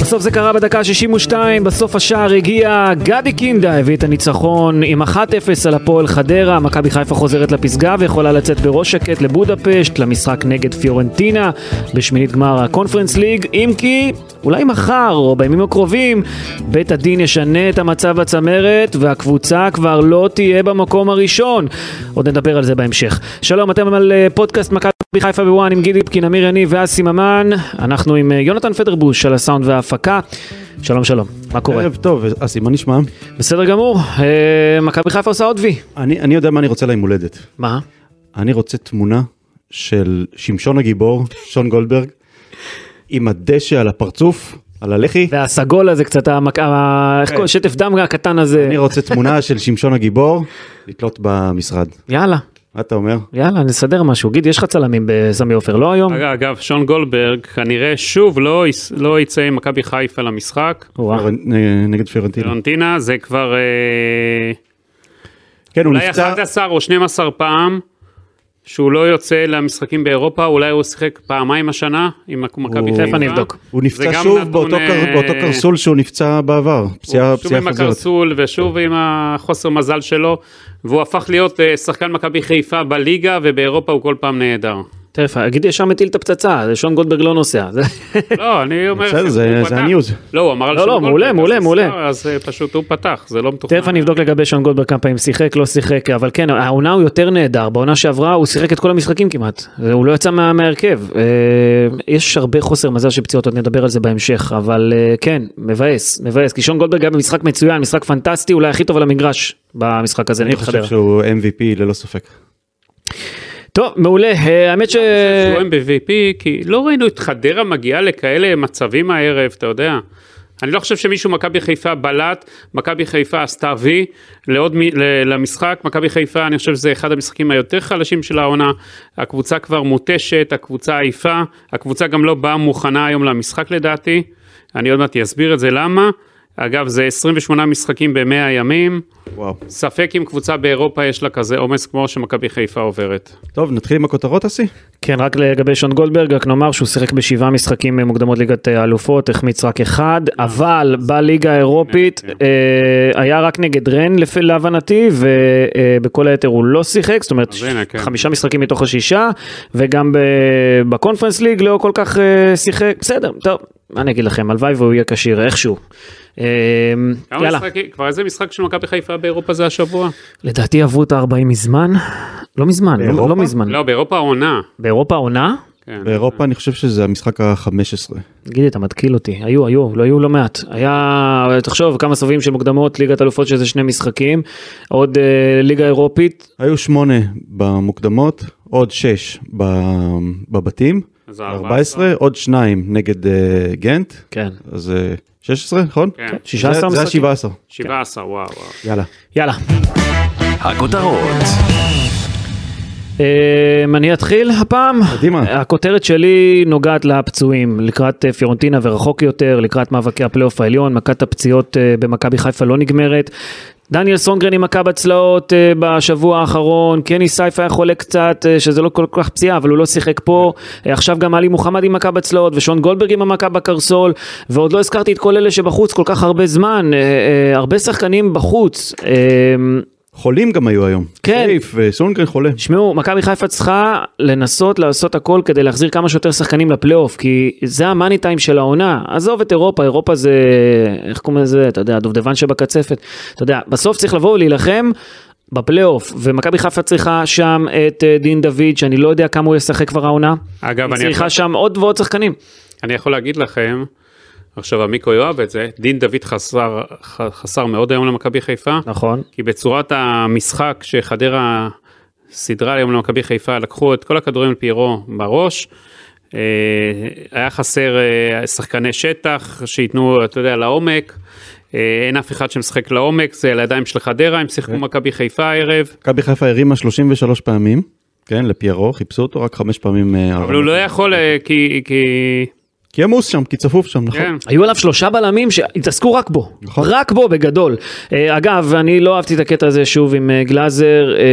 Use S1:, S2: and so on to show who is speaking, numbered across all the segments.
S1: בסוף זה קרה בדקה ה-62, בסוף השער הגיע גדי קינדה, הביא את הניצחון עם 1-0 על הפועל חדרה, מכבי חיפה חוזרת לפסגה ויכולה לצאת בראש שקט לבודפשט, למשחק נגד פיורנטינה, בשמינית גמר הקונפרנס ליג, אם כי אולי מחר או בימים הקרובים בית הדין ישנה את המצב בצמרת והקבוצה כבר לא תהיה במקום הראשון. עוד נדבר על זה בהמשך. שלום, אתם על אה, פודקאסט מכבי חיפה בוואן עם גידי ליפקין, אמיר יניב ואסי ממן. אנחנו עם אה, יונתן פדרבוש על הסאונד וההפקה. שלום שלום, מה קורה?
S2: ערב טוב, אסי, מה נשמע?
S1: בסדר גמור, אה, מכבי חיפה עושה עוד וי.
S2: אני, אני יודע מה אני רוצה ליום הולדת.
S1: מה?
S2: אני רוצה תמונה של שמשון הגיבור, שון גולדברג, עם הדשא על הפרצוף, על הלחי.
S1: והסגול הזה קצת, המק- ה- איך קוראים? שטף דם הקטן הזה.
S2: כן. אני רוצה תמונה של שמשון הגיבור, לתלות במשרד.
S1: יאללה,
S2: מה אתה אומר?
S1: יאללה, נסדר משהו. גיד, יש לך צלמים בסמי עופר, לא היום?
S3: אגב, אגב, שון גולדברג כנראה שוב לא, יס- לא יצא עם מכבי חיפה למשחק.
S1: וואו.
S2: פיר- אה, נגד פיורנטינה.
S3: פלונטינה זה כבר אה,
S2: כן, הוא
S3: אולי
S2: נפצע,
S3: 11 או 12 פעם שהוא לא יוצא למשחקים באירופה, אולי הוא שיחק פעמיים השנה עם מכ- מכבי
S2: הוא-
S3: חיפה.
S1: תכף אני אבדוק.
S2: הוא
S3: זה
S2: נפצע
S3: גם
S2: שוב
S3: נתון,
S2: באותו קר-
S3: אה,
S2: באותו קרסול שהוא נפצע בעבר. פציעה
S1: לא,
S3: הוא שוב
S2: פציעה
S3: עם
S2: חוזרת.
S3: הקרסול ושוב עם החוסר מזל שלו, והוא הפך להיות אה, שחקן מכבי חיפה בליגה ובאירופה הוא כל פעם נהדר.
S1: תכף, אה, גיד ישר מטיל את הפצצה, זה שון גולדברג לא נוסע. זה-
S3: לא, אני אומר...
S2: בסדר,
S3: שהוא
S2: זה-
S3: פתח.
S2: זה הניוז.
S3: לא, הוא אמר על
S1: לא, לא,
S3: שון
S1: מעולה,
S3: גולדברג,
S1: מעולה,
S3: אז זה
S1: מעולה.
S3: סבבה, אז אה, פשוט הוא פתח, זה לא מתוכנן.
S1: תכף אני אבדוק לגבי שון גולדברג כמה פעמים שיחק, לא שיחק, אבל כן, העונה הוא יותר נהדר, בעונה שעברה הוא שיחק את כל המשחקים כמעט, הוא לא יצא מה- מההרכב. אה, יש הרבה חוסר מזל של פציעות, עוד נדבר על זה בהמשך, אבל אה, כן, מבאס, מבאס, כי שון גולדברג היה במשחק מצוין, משחק פנטסטי, אולי הכי טוב על המגרש במשחק הזה
S2: אני
S1: נגד
S2: חושב
S1: חדרה.
S2: שהוא MVP ללא ספק.
S1: טוב, מעולה, אה, האמת ש...
S3: שהוא MVP, כי לא ראינו את חדרה מגיעה לכאלה מצבים הערב, אתה יודע. אני לא חושב שמישהו מכבי חיפה בלט, מכבי חיפה עשתה וי לעוד מ- ל- למשחק, מכבי חיפה אני חושב שזה אחד המשחקים היותר חלשים של העונה, הקבוצה כבר מותשת, הקבוצה עייפה, הקבוצה גם לא באה מוכנה היום למשחק לדעתי, אני עוד מעט אסביר את זה למה, אגב זה 28 משחקים ב-100 ימים,
S2: וואו.
S3: ספק אם קבוצה באירופה יש לה כזה עומס כמו שמכבי חיפה עוברת.
S2: טוב, נתחיל עם הכותרות, אסי?
S3: אה.
S1: כן, רק לגבי שון גולדברג, רק נאמר שהוא שיחק בשבעה משחקים במוקדמות ליגת האלופות, החמיץ רק אחד,
S3: אה.
S1: אבל בליגה האירופית אה, היה רק נגד רן לפ- להבנתי, ובכל היתר הוא לא שיחק, זאת אומרת
S3: אז הנה, כן.
S1: חמישה משחקים מתוך השישה, וגם ב- בקונפרנס ליג לא כל כך אה, שיחק, בסדר, טוב, מה אני אגיד לכם, הלוואי והוא יהיה כשיר איכשהו. אה,
S3: כמה
S1: יאללה,
S3: משחקים, כבר איזה משחק של מכבי חיפה באירופה זה השבוע?
S1: לדעתי עברו את ה-40 מזמן, לא מזמן, לא-
S2: באירופה?
S1: לא מזמן,
S3: לא, באירופה העונה.
S1: באירופה עונה?
S3: כן.
S2: באירופה אני חושב שזה המשחק ה-15.
S1: גידי, אתה מתקיל אותי. היו, היו, לא היו לא מעט. היה, תחשוב, כמה סבבים של מוקדמות, ליגת אלופות שזה שני משחקים, עוד אה, ליגה אירופית,
S2: היו שמונה במוקדמות, עוד שש ב- בבתים,
S3: אז
S2: 14, עוד שניים נגד אה, גנט,
S1: כן.
S2: אז אה, 16, נכון?
S3: כן.
S1: 16
S2: זה- זה
S1: משחקים.
S2: ה-17,
S3: 17, וואו. וואו.
S2: יאללה.
S1: יאללה.
S4: הכותרות,
S1: אמ, אני אתחיל הפעם.
S2: קדימה.
S1: הכותרת שלי נוגעת לפצועים, לקראת אה, פיורנטינה ורחוק יותר, לקראת מאבקי הפלייאוף העליון, מכת הפציעות אה, במכבי חיפה לא נגמרת. דניאל סונגרן עם מכה בצלעות אה, בשבוע האחרון, קני סייף היה חולה קצת, אה, שזה לא כל כך פציעה, אבל הוא לא שיחק פה. אה, עכשיו גם עלי מוחמד עם מכה בצלעות, ושון גולדברג עם המכה בקרסול, ועוד לא הזכרתי את כל אלה שבחוץ כל כך הרבה זמן, אה, אה, הרבה שחקנים בחוץ. אה,
S2: חולים גם היו היום.
S1: כן.
S2: סייף וסונגרן חולה.
S1: תשמעו, מכבי חיפה צריכה לנסות לעשות הכל כדי להחזיר כמה שיותר שחקנים לפלייאוף, כי זה המאני טיים של העונה. עזוב את אירופה, אירופה זה, איך קוראים לזה, אתה יודע, הדובדבן שבקצפת. אתה יודע, בסוף צריך לבוא ולהילחם. בפלייאוף, ומכבי חיפה צריכה שם את אה, דין דוד, שאני לא יודע כמה הוא ישחק כבר העונה.
S3: אגב,
S1: היא
S3: אני יכול,
S1: צריכה שם עוד ועוד שחקנים.
S3: אני יכול להגיד לכם, עכשיו עמיקו יאהב את זה, דין דוד חסר, ח- חסר מאוד היום למכבי חיפה,
S1: נכון.
S3: כי בצורת המשחק שחדרה סידרה היום למכבי חיפה, לקחו את כל הכדורים לפיירו בראש. אה, היה חסר אה, שחקני שטח שייתנו, אתה יודע, לעומק. אה, אין אף אחד שמשחק לעומק, זה על הידיים של חדרה, הם שיחקו מכבי חיפה הערב.
S2: מכבי חיפה הרימה 33 פעמים, כן, לפיירו, חיפשו אותו רק חמש פעמים. אה,
S3: אבל הוא לא יכול, אה, כי... כי-
S2: כי עמוס שם, כי צפוף שם, נכון?
S3: כן.
S1: היו עליו שלושה בלמים שהתעסקו רק בו,
S2: נכון.
S1: רק בו בגדול. אה, אגב, אני לא אהבתי את הקטע הזה שוב עם אה, גלאזר, אה,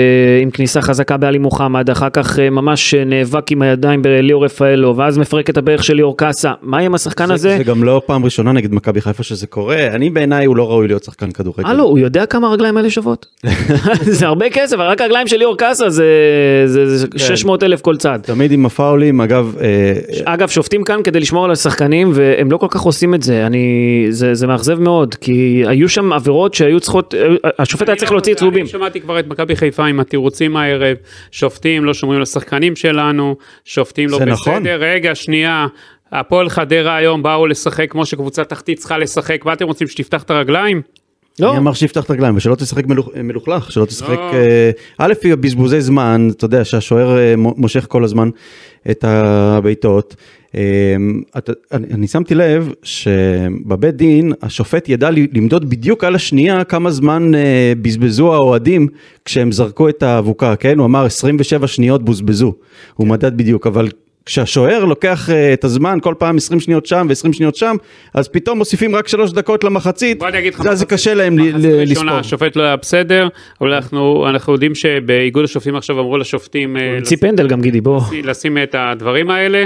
S1: עם כניסה חזקה בעלי מוחמד, אחר כך אה, ממש אה, נאבק עם הידיים בליאור רפאלו, ואז מפרק את הברך של ליאור קאסה. מה עם השחקן
S2: זה,
S1: הזה?
S2: זה גם לא פעם ראשונה נגד מכבי חיפה שזה קורה, אני בעיניי הוא לא ראוי להיות שחקן כדורגל.
S1: הלו, הוא יודע כמה הרגליים האלה שוות? זה הרבה כסף, רק הרגליים של ליאור קאסה זה, זה, זה
S2: כן.
S1: 600 אלף כל צד.
S2: תמיד עם הפאולים, אגב, אה,
S1: אגב, שופטים כאן כדי לשמור על השחקנים, והם לא כל כך עושים את זה. אני... זה, זה מאכזב מאוד, כי היו שם עבירות שהיו צריכות... אה, השופט היה צריך
S3: אני לא
S1: להוציא
S3: יודע,
S1: צהובים.
S3: אני שמעתי כבר את מכבי חיפה עם התירוצים הערב, שופטים לא שומרים לשחקנים שלנו, שופטים לא
S2: זה
S3: בסדר.
S2: נכון.
S3: רגע, שנייה. הפועל חדרה היום באו לשחק כמו שקבוצה תחתית צריכה לשחק, מה אתם רוצים שתפתח את הרגליים?
S1: לא.
S2: מי אמר שיפתח את הרגליים ושלא תשחק מלוכ- מלוכלך, שלא תשחק,
S3: לא.
S2: אה, א', בזבוזי זמן, אתה יודע שהשוער אה, מו- מושך כל הזמן את הבעיטות. אה, אתה- אני אני שמתי לב שבבית דין השופט ידע ל- למדוד בדיוק על השנייה כמה זמן אה, בזבזו האוהדים כשהם זרקו את האבוקה, כן? הוא אמר 27 שניות בוזבזו, הוא
S3: כן.
S2: מדד בדיוק, אבל... כשהשוער לוקח אה, את הזמן, כל פעם 20 שניות שם ו-20 שניות שם, אז פתאום מוסיפים רק 3 דקות למחצית,
S3: בוא אני אגיד לך,
S2: זה- אז זה
S3: מחצית-
S2: קשה להם ל-
S3: מחצית
S2: ל-
S3: ראשונה
S2: לספור.
S3: השופט לא היה בסדר, אבל אנחנו אנחנו יודעים שבאיגוד השופטים עכשיו אמרו לשופטים אה,
S1: המציא פנדל גם גידי, בוא.
S3: לשים- לשים את הדברים האלה.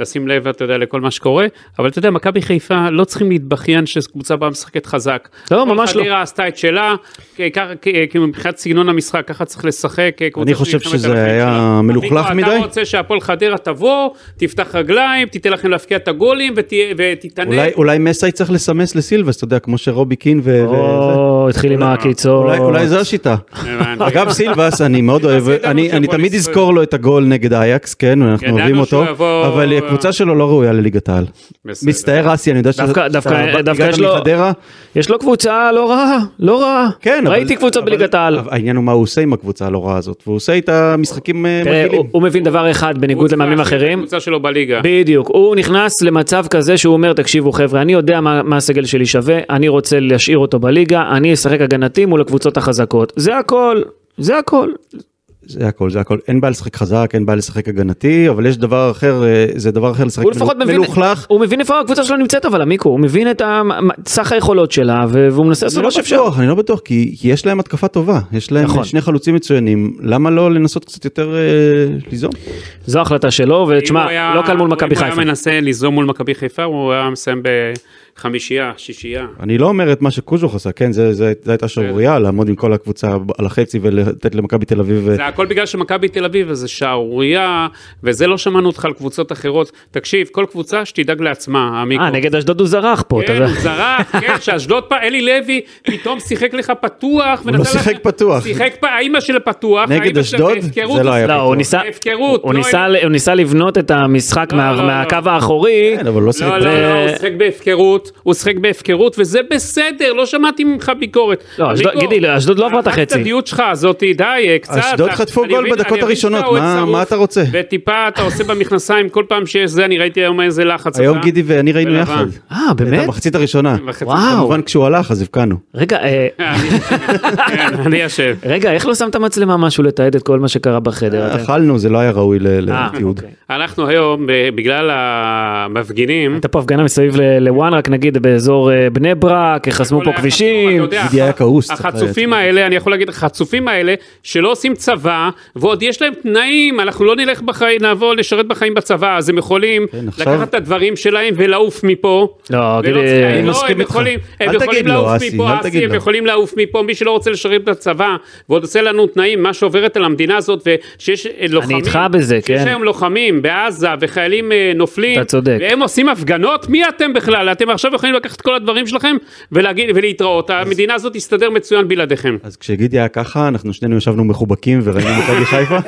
S3: לשים לב, אתה יודע, לכל מה שקורה, אבל אתה יודע, מכבי חיפה לא צריכים להתבכיין שקבוצה באה משחקת חזק.
S1: לא, ממש לא.
S3: חדרה עשתה את שלה, כי- ככה- כי- כי כאילו, מבחינת סגנון המשחק, ככה צריך לשחק. אה, קבוצה
S2: אני חושב
S3: שנלחמת
S2: שזה
S3: על החיים
S2: היה
S3: שלה.
S2: מלוכלך
S3: אביגו,
S2: מדי?
S3: אתה רוצה שהפועל חדרה תבוא, תפתח רגליים, תיתן לכם להפקיע את הגולים ותהיה- ותתענג.
S2: אולי, אולי מסי צריך לסמס לסילבס, אתה יודע, כמו שרובי קין ו... וזה.
S1: או, התחיל עם הקיצור.
S2: אולי, אולי זו השיטה.
S3: הבנתי.
S2: אגב, סילבס, אני מאוד אוהב,
S3: ידענו
S2: אני,
S3: שהוא
S2: אני
S3: יכול
S2: תמיד
S3: לספוג.
S2: אזכור לו את הגול נגד אייקס, כן, אנחנו
S3: ידענו
S2: אוהבים אותו,
S3: שהוא יבוא-
S2: אבל הקבוצה שלו לא ראויה לליגת העל.
S3: בסדר.
S2: מצטער אסי, אני יודע שאתה-
S1: דווקא- דווקא-
S2: שאתה-
S1: דווקא
S2: הגעת
S1: יש לו-
S2: מחדרה.
S1: יש לו קבוצה לא רעה, לא רעה.
S2: כן, אבל-
S1: ראיתי קבוצות
S2: אבל-
S1: בליגת העל.
S2: אבל העניין הוא מה הוא עושה עם הקבוצה הנוראה הזאת, והוא עושה איתה משחקים אה,
S1: תראה,
S2: מגעילים.
S1: הוא- הוא מבין דבר אחד, בניגוד למאמנים אחרים,
S3: הקבוצה שלו בליגה.
S1: בדיוק, הוא נכנס למצב כזה שהוא אומר, תקשיבו חבר'ה, אני יודע מה, מה הסגל שלי שווה, אני רוצה להשאיר אותו בליגה, אני אשחק הגנתי מול הקבוצות החזקות. זה הכל, זה הכל.
S2: זה הכל, זה הכל. אין בעיה לשחק חזק, אין בעיה לשחק הגנתי, אבל יש דבר אחר, אה, זה דבר אחר לשחק
S1: הוא לפחות
S2: מלוכ-
S1: מבין,
S2: מלוכלך.
S1: הוא מבין איפה הקבוצה שלו נמצאת אבל עמיקו, הוא מבין את ה- מה- סך היכולות שלה, ו- והוא מנסה
S2: אני
S1: לעשות
S2: לא
S1: מה שאפשר.
S2: בטוח, אני לא בטוח, כי כי יש להם התקפה טובה, יש
S1: נכון.
S2: להם שני חלוצים מצוינים, למה לא לנסות קצת יותר אה, ליזום?
S1: זו החלטה שלו,
S3: אם הוא
S1: ותשמע,
S3: היה-
S1: לא קל מול מכבי
S3: אם הוא
S1: חיפה.
S3: היה מנסה ליזום מול מכבי חיפה, הוא היה מסיים בחמישייה, שישייה.
S2: אני לא אומר את מה שקוז'וך עשה, כן, זה- זה זו הייתה שערורייה, לעמוד עם כל הקבוצה על החצי ולתת למכבי תל אביב. אה,
S3: זה הכל בגלל שמכבי תל אביב זה שערורייה, וזה לא שמענו אותך על קבוצות אחרות. תקשיב, כל קבוצה שתדאג לעצמה, המיקרו.
S1: אה, נגד אשדוד הוא זרח פה. אתה
S3: כן,
S1: יודע.
S3: הוא זרח, כן, שאשדוד פעם, אלי לוי פתאום שיחק לך פתוח. הוא
S2: לא שיחק פתוח.
S3: שיחק פעם, האימא של הפתוח.
S2: נגד
S3: האימא של
S2: אשדוד?
S3: ההפקרות
S2: זה לא היה
S1: לא, הוא
S2: פתוח.
S1: ניסה-
S3: הפקרות,
S1: הוא
S3: לא
S1: ניסה-
S3: אלי-
S1: הוא ניסה לבנות את המשחק
S3: לא,
S1: מה-
S3: לא, לא.
S1: מהקו האחורי.
S2: כן, אבל הוא לא שיחק.
S3: לא, לא,
S1: זה-
S3: לא, הוא שחק בהפקרות, הוא שחק בהפקרות, וזה בסדר, לא שמעתי ממך ביקורת.
S1: לא, אשדוד-
S3: הביקורת-
S1: גידי, לא, אשדוד לא עברה את החצי.
S3: החד-צדדיות שלך הזאתי, די, אה, קצת.
S2: אשדוד
S3: אה,
S2: חטפו
S3: אני
S2: גול
S3: מבין-
S2: בדקות
S3: אני מבין
S2: הראשונות,
S3: שאתה אוהד
S2: מה-
S3: שרוף,
S2: מה אתה רוצה?
S3: וטיפה אתה עושה במכנסיים כל פעם שיש זה, אני ראיתי היום איזה לחץ.
S2: היום
S3: אתה.
S2: גידי ואני ראינו
S3: ולבן.
S2: יחד.
S1: אה,
S2: את
S1: באמת? אוקיי.
S2: המחצית הראשונה.
S3: בחצי-
S1: וואו.
S2: כמובן כשהוא הלך אז הבקענו.
S1: רגע, אה,
S3: כן, אני אשב.
S1: רגע, איך לא שמת מצלמה משהו לתעד את כל מה שקרה בחדר? אתה-
S2: אכלנו, זה לא היה ראוי ל-
S1: אה,
S2: לתיעוד.
S1: אוקיי.
S3: אנחנו היום, ב- בגלל המפגינים,
S1: הייתה פה הפגנה מסביב ל- לוואן, רק נגיד באזור אה, בני ברק, חסמו פה
S3: אבל
S1: כבישים.
S3: אתה יודע,
S2: גידי היה כעוס, צריך
S3: החצופים
S2: להגיד.
S3: האלה, אני יכול להגיד, החצופים האלה, שלא עושים צבא, ועוד יש להם תנאים, אנחנו לא נלך בחיים, נעבור לשרת בחיים בצבא, אז הם יכולים
S2: כן, עכשיו-
S3: לקחת את הדברים שלהם ולעוף מפה.
S1: לא,
S3: ולא
S1: גידי,
S3: צריכים-
S1: אני
S3: לא,
S2: מסכים
S3: הם
S2: איתך.
S3: יכולים-
S2: אל
S3: הם יכולים
S2: תגיד לו,
S3: לעוף
S2: אסי,
S3: מפה,
S2: אל תגיד
S3: אסי, הם
S2: לו.
S3: יכולים לעוף מפה, מי שלא רוצה לשרת בצבא, ועוד עושה לנו תנאים, מה שעובר את המדינה הזאת, ושיש אה, לוחמים,
S1: איתך בזה,
S3: שיש
S1: כן.
S3: היום לוחמים בעזה, וחיילים אה, נופלים,
S1: אתה צודק.
S3: והם עושים הפגנות, מי אתם בכלל? אתם עכשיו יכולים לקחת את כל הדברים שלכם ולהגיד, ולהתראות, המדינה הזאת תסתדר מצוין בלעדיכם.
S2: אז כשגידי היה ככה, אנחנו שנינו ישבנו מחובקים וראינו מכבי חיפה.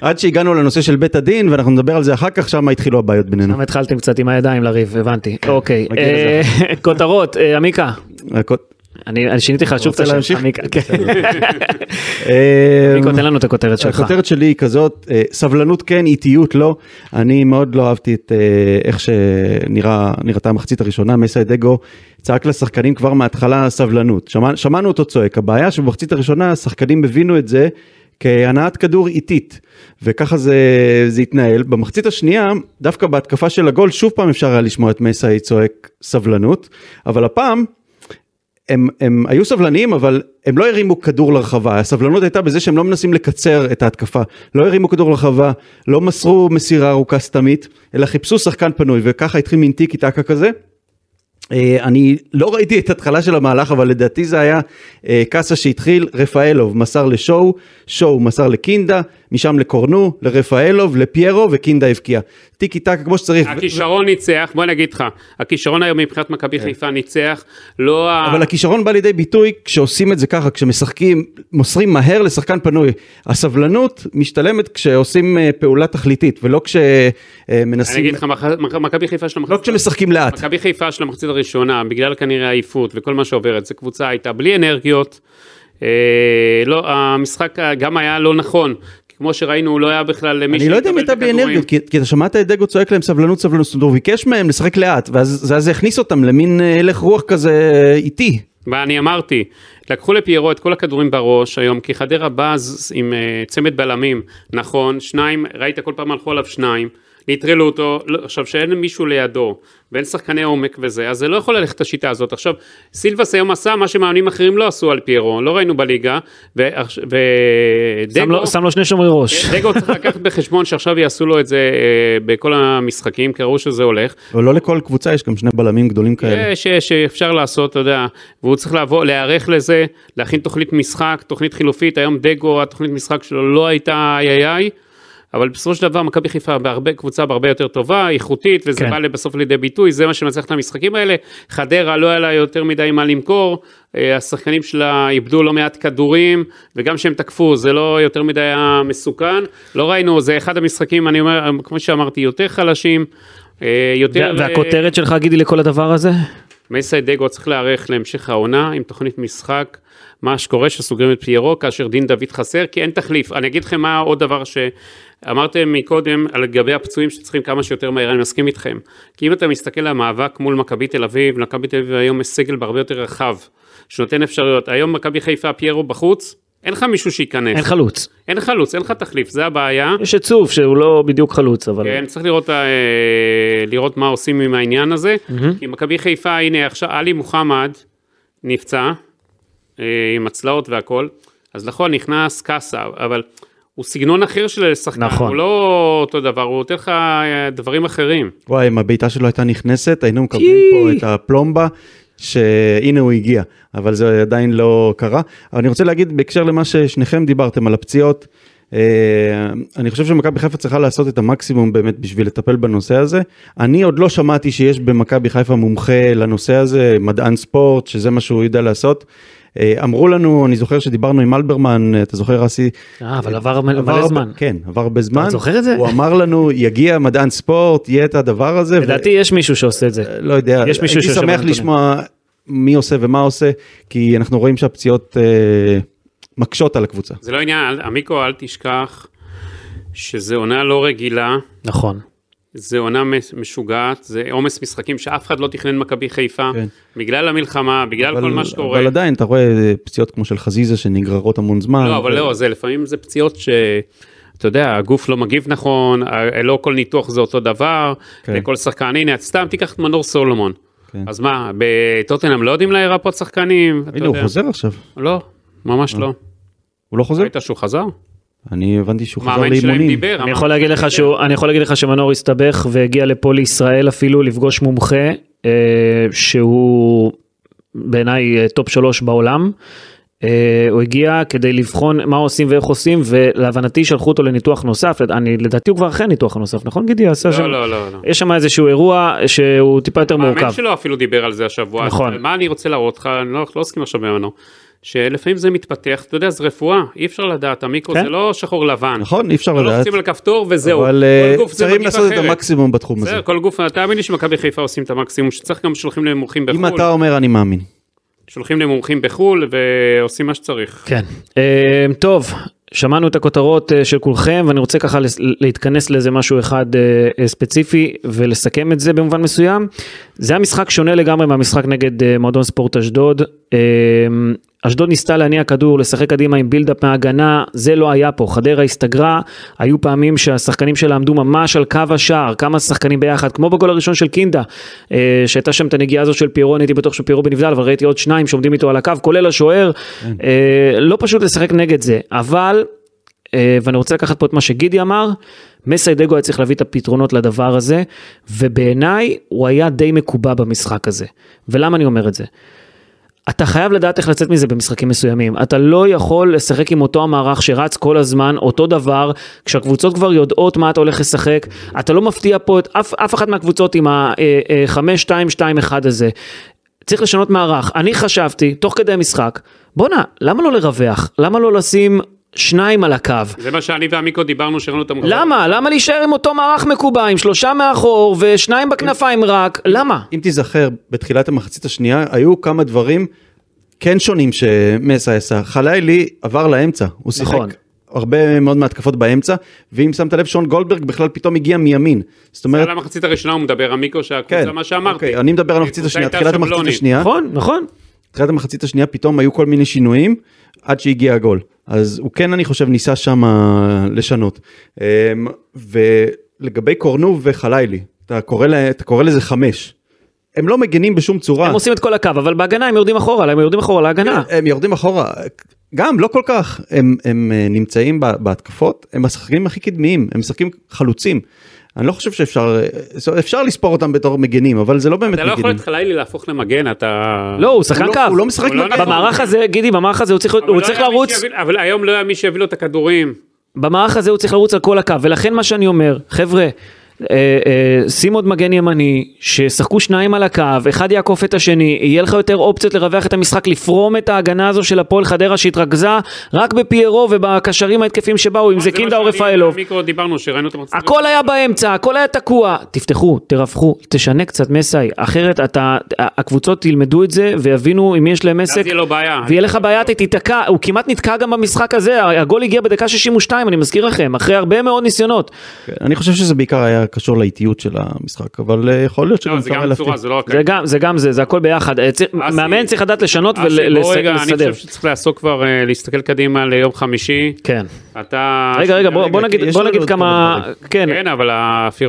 S2: עד שהגענו לנושא של בית הדין, ואנחנו נדבר על זה אחר כך, שם התחילו הבעיות בינינו.
S1: למה התחלתם קצת עם הידיים לריב, הבנתי. אוקיי,
S2: נגיע לזה
S1: אה, כותרות, אה, עמיקה.
S2: הכות-
S1: אני אני שיניתי לך שוב את
S2: רוצה
S1: השם.
S2: להמשיך?
S1: עמיקה, כן.
S2: אה,
S1: עמיקו, תן לנו את הכותרת שלך.
S2: הכותרת שלי היא כזאת, אה, סבלנות כן, איטיות לא. אני מאוד לא אהבתי את אה, איך שנראתה המחצית הראשונה, מסיידגו צעק לשחקנים כבר מההתחלה סבלנות. שמע, שמענו אותו צועק, הבעיה שבמחצית הראשונה השחקנים הבינו את זה כהנעת כדור איטית, וככה זה, זה התנהל. במחצית השנייה, דווקא בהתקפה של הגול, שוב פעם אפשר היה לשמוע את מסי צועק סבלנות, אבל הפעם הם, הם היו סבלניים אבל הם לא הרימו כדור לרחבה הסבלנות הייתה בזה שהם לא מנסים לקצר את ההתקפה לא הרימו כדור לרחבה לא מסרו מסירה ארוכה סתמית אלא חיפשו שחקן פנוי וככה התחיל מין טיקי טקה כזה. אה, אני לא ראיתי את התחלה של המהלך אבל לדעתי זה היה אה, קאסה שהתחיל רפאלוב מסר לשואו שואו מסר לקינדה משם לקורנו לרפאלוב לפיירו וקינדה הבקיע טיקי טקה כמו שצריך.
S3: הכישרון ניצח, בוא נגיד לך, הכישרון היום מבחינת מכבי חיפה ניצח, לא ה...
S2: כן. אבל הכישרון בא לידי ביטוי כשעושים את זה ככה, כשמשחקים, מוסרים מהר לשחקן פנוי. הסבלנות משתלמת כשעושים אה, פעולה תכליתית, ולא
S3: אני
S2: כשמנסים,
S3: אגיד לך, מח- מח- מכבי חיפה של
S2: לא
S3: המחצית...
S2: כשמשחקים לאט.
S3: מכבי חיפה של המחצית הראשונה, בגלל כנראה עייפות וכל מה שעוברת, זו קבוצה הייתה בלי אנרגיות. אה, לא, המשחק גם היה לא נכון. כי כמו שראינו, הוא לא היה בכלל למי
S2: אני לא יודע אם הייתה
S3: שיקבל את הכדורים.
S2: באנרגיות, כי, כי אתה שמעת את דגו צועק להם סבלנות, סבלנות, זאת אומרת, הוא ביקש מהם לשחק לאט, ואז ואז זה הכניס אותם למין אה, הלך רוח כזה אה, איטי.
S3: ואני אמרתי, לקחו לפיירו את כל הכדורים בראש היום, כי חדרה באז עם אה, צמד בלמים, נכון, שניים, ראית כל פעם הלכו עליו שניים, נטרלו אותו, לא, עכשיו שאין מישהו לידו, ואין שחקני עומק וזה, אז זה לא יכול ללכת השיטה הזאת. עכשיו, סילבס היום עשה מה שמאמנים אחרים לא עשו על פיירו, לא ראינו בליגה, ועכש-
S1: שם לו-
S3: ודגו...
S1: שם לו שני שומרי ראש.
S3: דגו צריך לקחת בחשבון שעכשיו יעשו לו את זה אה, בכל המשחקים, כי ראו שזה הולך.
S2: אבל לא לכל קבוצה יש גם שני בלמים גדולים כאלה.
S3: יש, יש, אפשר לעשות, אתה יודע, והוא צריך לבוא, להיערך לזה, להכין תוכנית משחק, תוכנית חילופית, היום דגו, התוכנית משחק שלו לא הייתה איי איי איי, אבל בסופו של דבר מכבי חיפה בהרבה, קבוצה בהרבה יותר טובה, איכותית, וזה
S1: כן.
S3: כן. בא בסוף לידי ביטוי, זה מה שמנצח את המשחקים האלה. חדרה לא היה לה יותר מדי מה למכור, אה, השחקנים שלה איבדו לא מעט כדורים, וגם שהם תקפו, זה לא יותר מדי היה מסוכן. לא ראינו, זה אחד המשחקים, אני אומר, כמו שאמרתי, יותר חלשים. אה, יותר...
S1: וה- והכותרת שלך, גידי, לכל הדבר הזה?
S3: מסיידגו צריך להיערך להמשך העונה עם תוכנית משחק, מה שקורה שסוגרים את פיירו כאשר דין דוד חסר, כי אין תחליף. אני אגיד לכם מה עוד דבר שאמרתם מקודם על לגבי הפצועים שצריכים כמה שיותר מהר, אני מסכים איתכם. כי אם אתה מסתכל על המאבק מול מכבי תל אביב, למכבי תל אביב היום יש סגל בהרבה יותר רחב, שנותן אפשרויות. היום מכבי חיפה פיירו בחוץ, אין לך מישהו שייכנס,
S1: אין חלוץ.
S3: אין חלוץ, אין לך תחליף, זה הבעיה.
S1: יש את צוף שהוא לא בדיוק חלוץ, אבל...
S3: כן, צריך לראות, אה, לראות מה עושים עם העניין הזה. כי מכבי חיפה, הנה עכשיו, עלי מוחמד נפצע אה, עם הצלעות והכל, אז נכון, נכנס קאסה, אבל הוא סגנון אחר של שחקן,
S1: נכון.
S3: הוא לא אותו דבר, הוא נותן לך אה, דברים אחרים.
S2: וואי, אם הבעיטה שלו הייתה נכנסת, היינו מקבלים פה את הפלומבה, שהנה הוא הגיע, אבל זה עדיין לא קרה. אבל אני רוצה להגיד בהקשר למה ששניכם דיברתם על הפציעות, אה, אני חושב שמכבי חיפה צריכה לעשות את המקסימום באמת בשביל לטפל בנושא הזה. אני עוד לא שמעתי שיש במכבי חיפה מומחה לנושא הזה, מדען ספורט, שזה מה שהוא יודע לעשות. אה, אמרו לנו, אני זוכר שדיברנו עם אלברמן, אתה זוכר אסי?
S1: אה, אבל עבר מלא
S2: הרבה-
S1: זמן.
S2: כן, עבר הרבה זמן.
S1: זוכר את זה?
S2: הוא אמר לנו, יגיע מדען ספורט, יהיה את הדבר הזה. ו-
S1: לדעתי יש מישהו שעושה את זה.
S2: לא יודע,
S1: יש מישהו
S2: הייתי
S1: שיושב
S2: שמח
S1: בנתונים.
S2: לשמוע מי עושה ומה עושה, כי אנחנו רואים שהפציעות אה, מקשות על הקבוצה.
S3: זה לא עניין, אל- עמיקו, אל תשכח שזו עונה לא רגילה.
S1: נכון.
S3: זה עונה מש- משוגעת, זה עומס משחקים שאף אחד לא תכנן מכבי חיפה,
S2: כן.
S3: בגלל המלחמה, בגלל כל מה שקורה.
S2: אבל עדיין, אתה רואה אה, פציעות כמו של חזיזה שנגררות המון זמן.
S3: לא, אבל לא, זה לפעמים זה פציעות ש... אתה יודע, הגוף לא מגיב נכון, ה- לא כל ניתוח זה אותו דבר,
S2: כן.
S3: לכל שחקן, הנה, סתם תיקח את מנור סולומון.
S2: כן.
S3: אז מה, בטוטנאם לא יודעים להירפות שחקנים? אתה
S2: הנה, הוא
S3: יודע.
S2: חוזר עכשיו.
S3: לא, ממש לא.
S2: הוא לא חוזר?
S3: ראית שהוא חזר?
S2: אני הבנתי שהוא חזר
S3: מאמן שלהם
S2: לאימונים.
S3: דיבר.
S1: אני
S3: אמר-
S1: יכול להגיד לך שהוא, אני יכול להגיד לך שמנור הסתבך והגיע לפה לישראל אפילו לפגוש מומחה אה, שהוא בעיניי אה, טופ שלוש בעולם. אה, הוא הגיע כדי לבחון מה עושים ואיך עושים ולהבנתי שלחו אותו לניתוח נוסף, אני לדעתי הוא כבר אחרי ניתוח נוסף נכון גידי? עשה שם-
S3: לא, לא, לא. לא.
S1: יש שם איזשהו אירוע שהוא טיפה יותר
S3: המאמן
S1: מורכב.
S3: שלו אפילו דיבר על זה השבוע.
S1: נכון.
S3: אבל מה אני רוצה להראות לך, אני לא לא עוסקים עכשיו במנו, שלפעמים זה מתפתח, אתה יודע, זה רפואה, אי אפשר לדעת, המיקרו
S1: כן.
S3: זה לא שחור לבן.
S2: נכון, אי אפשר
S3: לא
S2: לדעת.
S3: לוחצים על כפתור וזהו,
S2: אבל
S3: כל
S2: אה,
S3: גוף זה
S2: צריכים
S3: מגיב
S2: לעשות את
S3: אחרת.
S2: המקסימום בתחום הזה.
S3: בסדר, כל גוף, תאמין לי שמכבי חיפה עושים את המקסימום שצריך גם שולחים למומחים
S2: אם
S3: בחו"ל.
S2: אתה אומר, אני מאמין.
S3: שולחים למומחים בחו"ל ועושים מה שצריך.
S1: כן. אה, טוב, שמענו את הכותרות אה, של כולכם, ואני רוצה ככה לס- להתכנס לאיזה משהו אחד אה, אה, ספציפי ולסכם את זה במובן מסוים. זה היה משחק שונה לגמרי מהמשחק נגד אה, מועדון ספורט אשדוד. אה, אשדוד ניסתה להניע כדור, לשחק קדימה עם בילדאפ מההגנה, זה לא היה פה. חדרה הסתגרה, היו פעמים שהשחקנים שלה עמדו ממש על קו השער, כמה שחקנים ביחד, כמו בגול הראשון של קינדה, אה, שהייתה שם את הנגיעה הזו של פיירו, אני הייתי בטוח שפיירו בנבדל, אבל ראיתי עוד שניים שעומדים איתו על הקו, כולל השוער. אה, לא פשוט לשחק נגד זה, אבל, אה, ואני רוצה לקחת פה את מה שגידי אמר, מסיידגו היה צריך להביא את הפתרונות לדבר הזה, ובעיניי הוא היה די מקובע במשחק הזה. ולמה אני אומר את זה? אתה חייב לדעת איך לצאת מזה במשחקים מסוימים. אתה לא יכול לשחק עם אותו המערך שרץ כל הזמן, אותו דבר, כשהקבוצות כבר יודעות מה אתה הולך לשחק, אתה לא מפתיע פה את אף, אף אחת מהקבוצות עם אה, ה-5-2-2-1 הזה. צריך לשנות מערך. אני חשבתי, תוך כדי המשחק, בואנה, למה לא לרווח? למה לא לשים שניים על הקו?
S3: זה מה שאני ועמיקו דיברנו שראינו את המחזור.
S1: למה? למה להישאר עם אותו מערך מקובע, עם שלושה מאחור ושניים בכנפיים רק? למה?
S2: אם תיזכר, בתחילת המחצית השנייה היו כמה דברים כן שונים שמסה עשה. חלילי עבר לאמצע, הוא שיחק
S1: נכון.
S2: נכון. הרבה מאוד מהתקפות באמצע, ואם שמת לב, שון גולדברג בכלל פתאום הגיע מימין. זאת אומרת,
S3: על המחצית הראשונה הוא מדבר, עמיקו, שהקבוצה, מה שאמרתי.
S2: אוקיי, אני מדבר על המחצית
S3: הקבוצה
S2: השנייה,
S3: הייתה
S2: תחילת המחצית
S3: שבלונית.
S2: השנייה,
S1: נכון, נכון.
S2: תחילת המחצית השנייה פתאום היו כל מיני שינויים עד שהגיע הגול. אז הוא כן, אני חושב, ניסה שם אה, לשנות. אמ, ולגבי קורנו וחלילי, אתה קורא, לה, אתה קורא לזה חמש. הם לא מגנים בשום צורה.
S1: הם עושים את כל הקו, אבל בהגנה הם יורדים אחורה, הם יורדים אחורה להגנה.
S2: הם יורדים אחורה, גם לא כל כך, הם, הם אה, נמצאים בה- בהתקפות, הם השחקנים הכי קדמיים, הם משחקים חלוצים. אני לא חושב שאפשר, אה, אפשר לספור אותם בתור מגנים, אבל זה לא באמת
S3: אתה לא יכול
S2: מגנים.
S3: את חלילי להפוך למגן, אתה...
S1: לא, הוא שחקן
S2: הוא
S1: קו.
S2: לא- הוא לא משחק
S3: הוא לא
S2: מגן.
S3: נכון.
S1: במערך הזה, גידי, במערך הזה הוא צריך-
S3: אבל
S1: הוא
S3: לא
S1: צריך
S3: היה מי
S1: לרוץ,
S3: שיביא- אבל היום לא היה מי שיביא לו את הכדורים.
S1: במערך הזה הוא צריך לרוץ על כל הקו, ולכן מה שאני אומר, חבר'ה, אה, אה, שים עוד מגן ימני, שישחקו שניים על הקו, אחד יעקוף את השני, יהיה לך יותר אופציות לרווח את המשחק, לפרום את ההגנה הזו של הפועל חדרה שהתרכזה רק בפיירו ובקשרים ההתקפיים שבאו, אם זה
S3: אה, מה
S1: קינדה או
S3: שאני
S1: רפאלוב.
S3: ועמיקו דיברנו, שראינו את המחצית.
S1: הכל היה באמצע, הכל היה תקוע. תפתחו, תרווחו, תשנה קצת מסאי, אחרת אתה, הקבוצות ילמדו את זה ויבינו אם יש להם עסק.
S3: ואז יהיה לו בעיה.
S1: ויהיה לך בעיה, אתה תיתקע, הוא כמעט נתקע גם במשחק הזה, הגול הגיע בדקה 62, אני מזכיר לכם, אחרי הרבה מאוד ניסיונות.
S2: כן, אני חושב שזה בעיקר היה קשור לאיטיות של המשחק, אבל אה, יכול להיות שגם
S3: לא, זה
S2: אפשר
S3: גם צורה,
S2: להפתיע.
S3: זה לא רק...
S1: זה גם, זה גם זה, זה הכל ביחד. אה, צריך-
S3: אסי-
S1: מאמן צריך לדעת לשנות
S3: אסי, בוא רגע, אה, אני
S1: ולסדר.
S3: חושב שצריך לעסוק כבר, אה, להסתכל קדימה ליום חמישי.
S1: כן.
S3: אתה...
S1: רגע, רגע, בוא-
S2: רגע,
S1: בוא
S2: כי
S1: נגיד
S2: יש
S1: בוא
S2: לנו
S1: נגיד
S2: עוד
S1: כמה...
S2: כמה
S1: כן,
S3: כן, אבל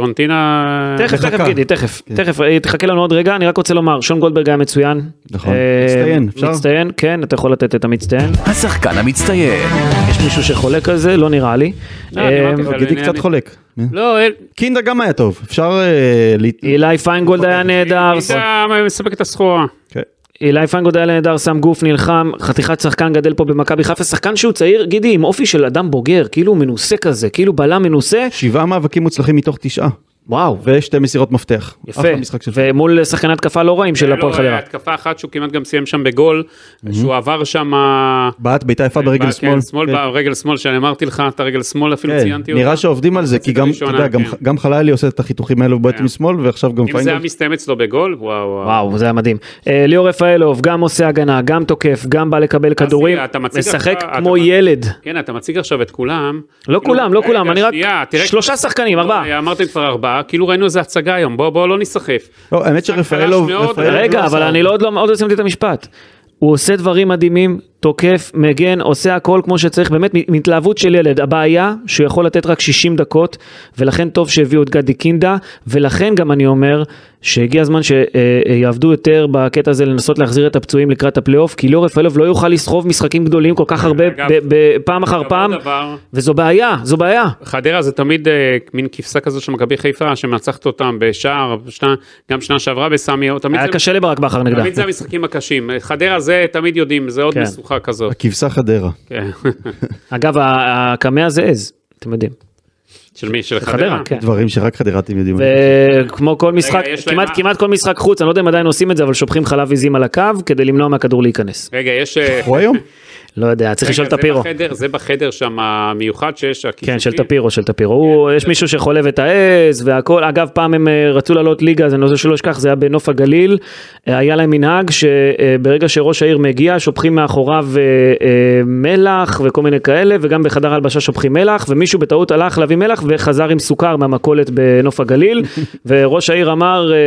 S3: הפיורנטינה...
S1: תכף, תכף,
S2: מחכה.
S1: גידי, תכף,
S2: כן.
S1: תכף, אה, תחכה לנו עוד רגע, אני רק רוצה לומר, שון גולדברג היה מצוין.
S2: נכון,
S1: אה,
S2: מצטיין, אפשר?
S1: מצטיין, כן, אתה יכול לתת את המצטיין.
S4: השחקן המצטיין.
S1: יש מישהו שחולק על זה? לא נראה לי.
S3: לא, אני אמרתי
S1: אה,
S3: לך.
S2: גידי
S3: אבל
S2: קצת
S3: אני-
S2: חולק.
S3: לא, אין-
S2: קינדה גם היה טוב, אפשר... אה, להת-
S1: אילי פיינגולד היה נהדר,
S3: אתה מספק את הסחורה.
S2: כן.
S1: אילי פיינגולד היה נהדר, שם גוף, נלחם, חתיכת שחקן גדל פה במכבי חיפה, שחקן שהוא צעיר, גידי, עם אופי של אדם בוגר, כאילו הוא מנוסה כזה, כאילו בלם מנוסה,
S2: שבעה מאבקים מוצלחים מתוך תשעה,
S1: וואו,
S2: ושתי מסירות מפתח.
S1: יפה,
S2: אחלה משחק של
S1: ומול שחקני התקפה לא רעים של הפועל
S3: לא,
S1: חדרה.
S3: התקפה אחת שהוא כמעט גם סיים שם בגול, שהוא עבר שם...
S2: בעט בעיטה יפה ברגל
S3: בא-
S2: שמאל.
S3: כן, שמאל,
S2: כן.
S3: ברגל שמאל, שאני אמרתי לך, את הרגל שמאל אפילו
S2: כן,
S3: כאילו ציינתי
S2: נראה שעובדים על זה, כי גם, אתה
S3: הראשונה,
S2: יודע, גם-
S3: כן.
S2: גם חלילי עושה את החיתוכים האלו בועט עם שמאל, ועכשיו גם
S3: אם זה היה
S2: פיינגל.
S3: מסתיים אצלו בגול, וואו. וואו.
S1: וואו, זה היה מדהים. אה, ליאור רפאלוב, גם עושה הגנה, גם תוקף, גם בא לקבל כדורים,
S3: אתה מציג
S1: משחק
S3: עכשיו-
S1: כמו
S3: אתה-
S1: ילד.
S3: כן, אתה מציג עכשיו את כולם.
S1: לא
S3: כאילו,
S1: כולם, לא
S3: רגע,
S1: כולם, אני רק...
S3: שנייה, תראה-
S1: שלושה שחקנים, ארבעה.
S3: אה, אמרתם כבר ארבעה, כאילו ראינו איזה הצגה היום, בוא, בוא, לא ניסחף.
S2: לא, האמת
S3: משחק
S2: שרפאלוב...
S3: חלש מאוד,
S2: רפאלוב לא
S1: רגע,
S2: עשה
S1: אבל אני לא עוד לא עוד לא סיימתי את המשפט. הוא עושה דברים מדהימים, תוקף, מגן, עושה הכל כמו שצריך, באמת מ- מהתלהבות של ילד. הבעיה שהוא יכול לתת רק 60 דקות, ולכן טוב שהביאו את גדי קינדה, ולכן גם אני אומר שהגיע הזמן שיעבדו יותר בקטע הזה לנסות להחזיר את הפצועים לקראת הפלייאוף, כי ליאור רפאלוב לא יוכל לסחוב משחקים גדולים כל כך הרבה
S3: אגב,
S1: ב- ב- פעם אחר
S3: ועוד
S1: פעם,
S3: דבר,
S1: וזו בעיה, זו בעיה.
S3: חדרה זה תמיד אה, מין כבשה כזו של מכבי חיפה, שמנצחת אותם בשער, בשנה- גם שנה שעברה בסמי, או תמיד
S1: היה
S3: זה-
S1: קשה לברק בכר נגדה.
S3: תמיד זה המשחקים הקשים. חדרה זה תמיד יודעים, זה עוד
S1: כן. אוקיי.
S3: משוכה כזאת.
S2: הכבשה חדרה.
S3: כן.
S1: אגב, ה- הקמע זה עז, אתם יודעים.
S3: של מי? של
S1: חדרה,
S3: חדרה?
S1: כן.
S2: דברים שרק חדרה אתם יודעים.
S1: וכמו כל משחק,
S3: יש להם
S1: כמעט,
S3: מה-
S1: כמעט כל משחק חוץ, אני לא יודע אם עדיין עושים את זה, אבל שופכים חלב עיזים על הקו כדי למנוע מהכדור להיכנס.
S3: רגע, יש... אה,
S2: הוא היום?
S1: לא יודע, צריך לשאול את הפירו.
S3: זה בחדר, זה בחדר שם המיוחד שיש,
S1: כן, של
S3: הכיסופים.
S1: טפירו, של טפירו. הוא, יש מישהו שחולב את העז והכל. אגב, פעם הם אה, רצו לעלות ליגה, אז אני לא זה שלא אשכח, זה היה בנוף הגליל. אה, היה להם מנהג שברגע שראש העיר מגיע, שופכים מאחוריו אה, אה, מלח וכל מיני כאלה, וגם בחדר ההלבשה שופכים מלח, ומישהו בטעות הלך להביא מלח וחזר עם סוכר מהמכולת בנוף הגליל, וראש העיר אמר, אה,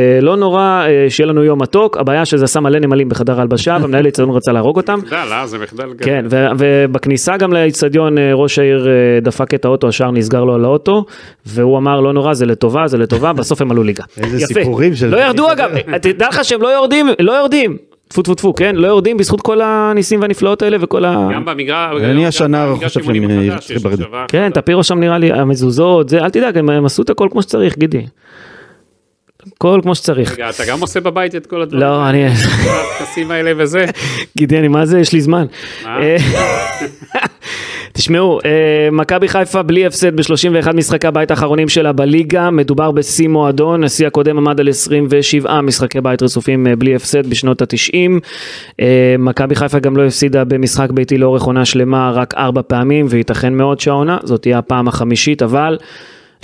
S1: אה, לא נורא, אה, שיהיה לנו יום מתוק, הבעיה שזה עשה מלא נמלים בחדר ההלבשה, והמנהל הצטדיון רצה להרוג אותם.
S3: מחדל, אה? זה מחדל גדול.
S1: כן, ו- ובכניסה גם לאיצטדיון אה, ראש העיר אה, דפק את האוטו, השער נסגר לו על האוטו, והוא אמר לא נורא, זה לטובה, זה לטובה, בסוף הם עלו ליגה.
S2: איזה
S1: יפה.
S2: סיפורים של-
S1: לא ירדו אגב, אה, תדע לך שהם לא יורדים, לא יורדים. טפו טפו טפו, כן? לא יורדים בזכות כל הניסים והנפלאות האלה וכל ה...
S3: גם במגרש,
S2: אני השנה
S3: גם במגרש
S2: חושב
S3: אימונים
S2: שהם, אה,
S3: החדש, יש
S2: ירצחו
S3: עכשיו
S2: ברדיו.
S3: אחת.
S1: כן, טפירו שם נראה לי, המזוזות, זה, אל תדאג, הם, הם עשו את הכל כמו שצריך, גידי. הכל כמו שצריך.
S3: רגע, אתה גם עושה בבית את כל הדברים?
S1: לא, אני...
S3: הטקסים האלה וזה.
S1: גידי, אני מה זה? יש לי זמן.
S3: מה?
S1: אה, תשמעו, אה, מכבי חיפה בלי הפסד ב-31 משחקי הבית האחרונים שלה בליגה, מדובר בשיא מועדון, השיא הקודם עמד על 27 משחקי בית רצופים אה, בלי הפסד בשנות ה-90. מכבי חיפה גם לא הפסידה במשחק ביתי לאורך עונה שלמה רק ארבע פעמים, וייתכן מאוד שהעונה, זאת תהיה הפעם החמישית, אבל...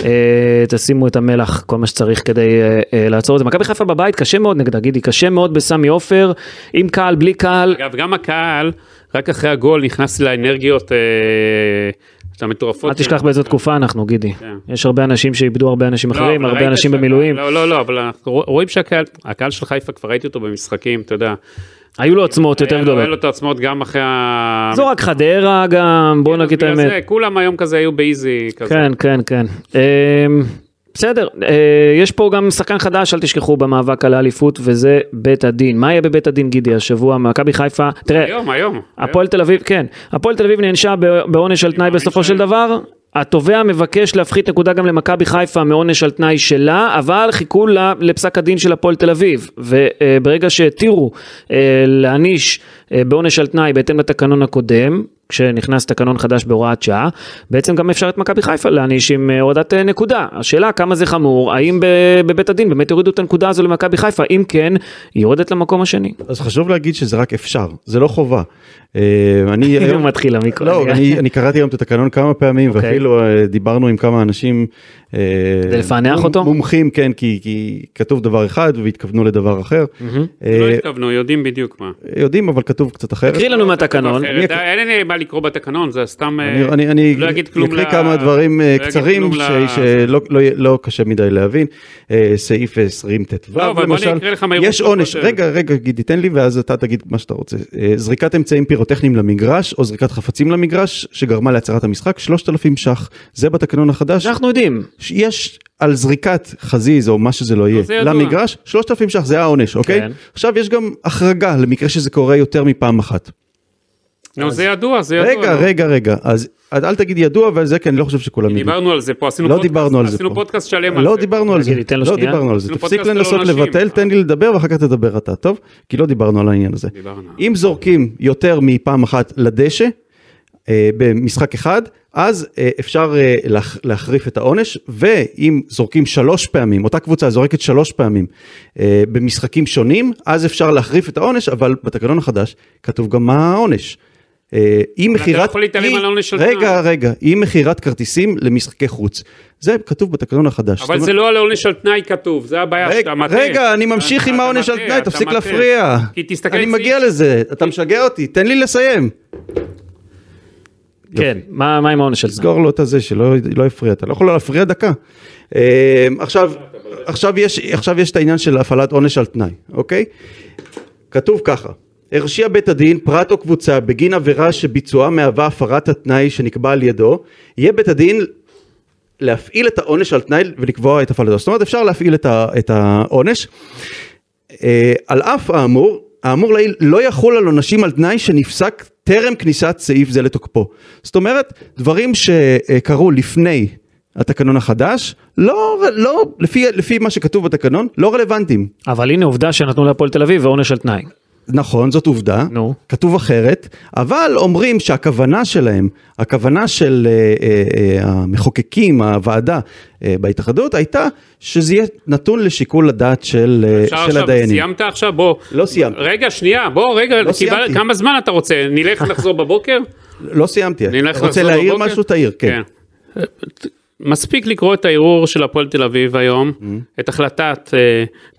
S1: אה, תשימו את המלח, כל מה שצריך כדי אה, אה, לעצור את זה. מכבי חיפה בבית קשה מאוד נגדה, גידי, קשה מאוד בסמי עופר, עם קהל, בלי קהל.
S3: אגב, גם הקהל, רק אחרי הגול נכנס לאנרגיות אה, המטורפות.
S1: אל תשכח באיזו תקופה אנחנו, גידי.
S3: כן.
S1: יש הרבה אנשים שאיבדו הרבה אנשים
S3: לא,
S1: אחרים,
S3: אבל
S1: הרבה
S3: ראית
S1: אנשים
S3: שה-
S1: במילואים.
S3: לא, לא, לא, אבל אנחנו רוא- רואים שהקהל, הקהל של חיפה, כבר ראיתי אותו במשחקים, אתה יודע.
S1: היו לו עצמות יותר
S3: היה לו- היה לו
S1: גדולות.
S3: את העצמות גם אחרי ה...
S1: זו רק חדרה גם, בוא נגיד את
S3: כן, בגלל
S1: האמת.
S3: זה, כולם היום כזה היו באיזי כזה.
S1: כן, כן, כן. אמ, בסדר, אה, יש פה גם שחקן חדש, אל תשכחו, במאבק על האליפות, וזה בית הדין. מה יהיה בבית הדין, גידי, השבוע? מכבי חיפה, תראה,
S3: היום, היום.
S1: הפועל תל אביב, כן, הפועל תל אביב נענשה ב- בעונש על תנאי
S3: מאמין
S1: בסופו של
S3: שהם-
S1: דבר. התובע מבקש להפחית נקודה גם למכבי חיפה מעונש על תנאי שלה, אבל חיכו לה, לפסק הדין של הפועל תל אביב. וברגע שהתירו אה, להעניש אה, בעונש על תנאי בהתאם לתקנון הקודם, כשנכנס תקנון חדש בהוראת שעה, בעצם גם אפשר את מכבי חיפה להעניש עם אה, הורדת אה, נקודה. השאלה כמה זה חמור, האם ב- בבית הדין באמת יורידו את הנקודה הזו למכבי חיפה, אם כן, היא יורדת למקום השני.
S2: אז חשוב להגיד שזה רק אפשר, זה לא חובה. אה, אני
S1: הנה הוא
S2: היום...
S1: מתחיל המיקרו.
S2: לא, אני, אני קראתי היום את התקנון כמה פעמים,
S1: כאילו, אוקיי.
S2: ואפילו אה, דיברנו עם כמה אנשים. אה,
S1: כדי לפענח
S2: מומ-
S1: אותו?
S2: מומחים, כן, כי, כי כתוב דבר אחד והתכוונו לדבר אחר. אה,
S3: לא התכוונו, יודעים בדיוק מה.
S2: יודעים, אבל כתוב קצת אחרת.
S1: תקריא לנו מהתקנון.
S3: אחרת, אה,
S2: אני-
S3: אין לי מה לקרוא בתקנון, זה סתם...
S2: אני,
S3: אה,
S2: אני, אני
S3: לא אגיד כלום
S2: אקריא
S3: ל-
S2: כמה דברים
S3: לא
S2: אה,
S3: אגיד
S2: קצרים
S3: כלום
S2: ש,
S3: ל-
S2: שלא לא, יהיה- לא קשה מדי להבין. אה, סעיף 20 ט"ו
S3: לא, אבל בוא
S2: למשל,
S3: אני אקרא לך מהר
S2: יש
S3: פחות,
S2: עונש,
S3: אה,
S2: רגע רגע גידי תן לי ואז אתה תגיד מה שאתה רוצה. אה, זריקת אמצעים פירוטכניים למגרש או זריקת חפצים למגרש שגרמה להצהרת המשחק 3,000 ש"ח זה בתקנון החדש.
S3: נכון.
S1: אנחנו יודעים.
S2: יש על זריקת חזיז או מה שזה לא יהיה
S3: זה ידוע.
S2: למגרש 3,000 ש"ח זה העונש אוקיי?
S1: כן.
S2: עכשיו יש גם החרגה למקרה שזה קורה יותר מפעם אחת.
S3: נו, זה ידוע, זה ידוע.
S2: רגע
S3: נו.
S2: רגע רגע אז אז אל תגיד ידוע ועל זה כי אני לא חושב שכולם ידעו.
S3: דיברנו על זה פה, עשינו
S2: לא
S3: פודקאסט-
S2: דיברנו על זה
S3: עשינו
S2: פה.
S3: פודקאסט שלם על זה.
S2: לא דיברנו על זה,
S1: תגיד לי, תן לו
S2: לא
S1: שנייה.
S2: דיברנו על זה,
S3: אפילו
S2: תפסיק
S3: פודקאסט לא
S2: לנסות
S3: על עונשים.
S2: לבטל, תן לי לדבר ואחר כך תדבר אתה, טוב? כי לא דיברנו על העניין הזה.
S3: דיברנו.
S2: אם זורקים יותר מפעם אחת לדשא, אה, במשחק אחד, אז אה, אפשר אה, להח- להחריף את העונש, ואם זורקים שלוש פעמים, אותה קבוצה זורקת שלוש פעמים אה, במשחקים שונים, אז אפשר להחריף את העונש, אבל בתקנון החדש כתוב גם מה העונש. אה, אי
S3: אתה לא
S2: מכירת,
S3: יכול להתעלם
S2: אי-
S3: על העונש של
S2: רגע
S3: תנאי.
S2: רגע, אי מכירת כרטיסים למשחקי חוץ, זה כתוב בתקנון החדש. זאת
S3: אבל זה
S2: אומרת-
S3: לא על העונש על תנאי כתוב, זה הבעיה
S2: רגע,
S3: שאתה מטעה.
S2: רגע, אני ממשיך
S3: אתה-
S2: עם
S3: אתה
S2: העונש על
S3: מטעה,
S2: תנאי,
S3: אתה
S2: תפסיק
S3: מטעה.
S2: להפריע.
S3: כי תסתכל
S2: אני
S3: על
S2: מגיע
S3: סעיף-
S2: לזה, אתה משגע אותי, תן לי לסיים.
S1: כן, מה מה עם העונש של זה?
S2: תסגור לו את הזה שלא לא הפריע, אתה לא יכול להפריע דקה. אה, עכשיו, עכשיו, יש, עכשיו יש את העניין של הפעלת עונש על תנאי, אוקיי? כתוב ככה, הרשיע בית הדין פרט או קבוצה בגין עבירה שביצועה מהווה הפרת התנאי שנקבע על ידו, יהיה בית הדין להפעיל את העונש על תנאי ולקבוע את הפעלתו. זאת אומרת אפשר להפעיל את, ה, את העונש. אה, על אף האמור, האמור לעיל לא יחול על עונשים על תנאי שנפסק טרם כניסת סעיף זה לתוקפו. זאת אומרת, דברים שקרו לפני התקנון החדש, לא, לא לפי, לפי מה שכתוב בתקנון, לא רלוונטיים.
S1: אבל הנה עובדה שנתנו להפועל תל אביב ועונש על תנאי.
S2: נכון, זאת עובדה,
S1: נו.
S2: כתוב אחרת, אבל אומרים שהכוונה שלהם, הכוונה של אה, אה, אה, המחוקקים, הוועדה אה, בהתאחדות, הייתה שזה יהיה נתון לשיקול הדעת של, אה,
S3: אפשר
S2: של
S3: עכשיו,
S2: הדיינים.
S3: סיימת עכשיו? בוא.
S2: לא סיימתי.
S3: רגע, שנייה, בוא, רגע,
S2: לא
S3: קיבל-
S2: סיימתי.
S3: כמה זמן אתה רוצה? נלך נחזור בבוקר?
S2: לא סיימתי,
S3: אני אלך
S2: רוצה
S3: לחזור
S2: להעיר
S3: בבוקר?
S2: משהו? תעיר, כן.
S3: כן. מספיק לקרוא את הערעור של הפועל תל אביב היום,
S2: Mm.
S3: את החלטת אה,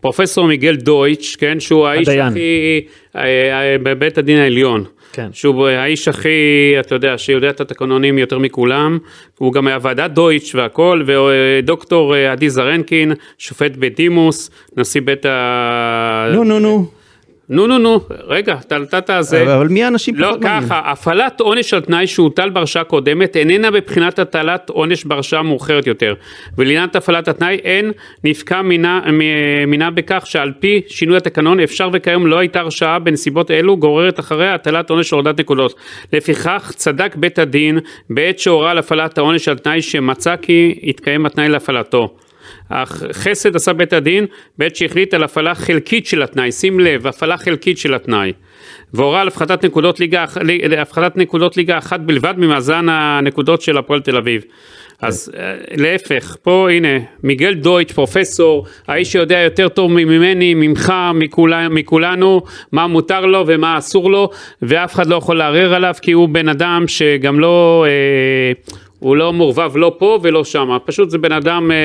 S3: פרופסור מיגל דויטש, כן, שהוא האיש
S1: הדיין.
S3: הכי, אה, אה, בבית הדין העליון,
S1: כן.
S3: שהוא האיש הכי, אתה יודע, שיודע את התקנונים יותר מכולם, הוא גם היה ועדת דויטש והכל, ודוקטור אה, עדי זרנקין, שופט בדימוס, נשיא בית ה...
S2: נו, נו, נו,
S3: נו, נו, נו, רגע, אתה נתת זה.
S2: אבל מי האנשים
S3: לא,
S2: פחות מעניינים?
S3: ככה, הפעלת עונש על תנאי שהוטל בהרשעה קודמת איננה בבחינת הטלת עונש בהרשעה מאוחרת יותר. ולעניין הפעלת התנאי אין נפקע מינה, מ- מינה בכך שעל פי שינוי התקנון אפשר וכיום לא הייתה הרשעה בנסיבות אלו גוררת אחריה הטלת עונש להורדת נקודות. לפיכך צדק בית הדין בעת שהורה על הפעלת העונש על תנאי שמצא כי התקיים התנאי להפעלתו. אך חסד עשה בית הדין בעת שהחליט על הפעלה חלקית של התנאי, שים לב, הפעלה חלקית של התנאי. והורה על הפחתת נקודות ליגה, אח- ל- הפחתת נקודות ליגה אחת בלבד ממאזן הנקודות של הפועל תל אביב. אז אה, להפך, פה הנה, מיגל דויטש, פרופסור, האיש שיודע יותר טוב ממני, ממך, מכולה, מכולנו, מה מותר לו ומה אסור לו, ואף אחד לא יכול לערער עליו, כי הוא בן אדם שגם לא, אה, הוא לא מעורבב לא פה ולא שם, פשוט זה בן אדם... אה,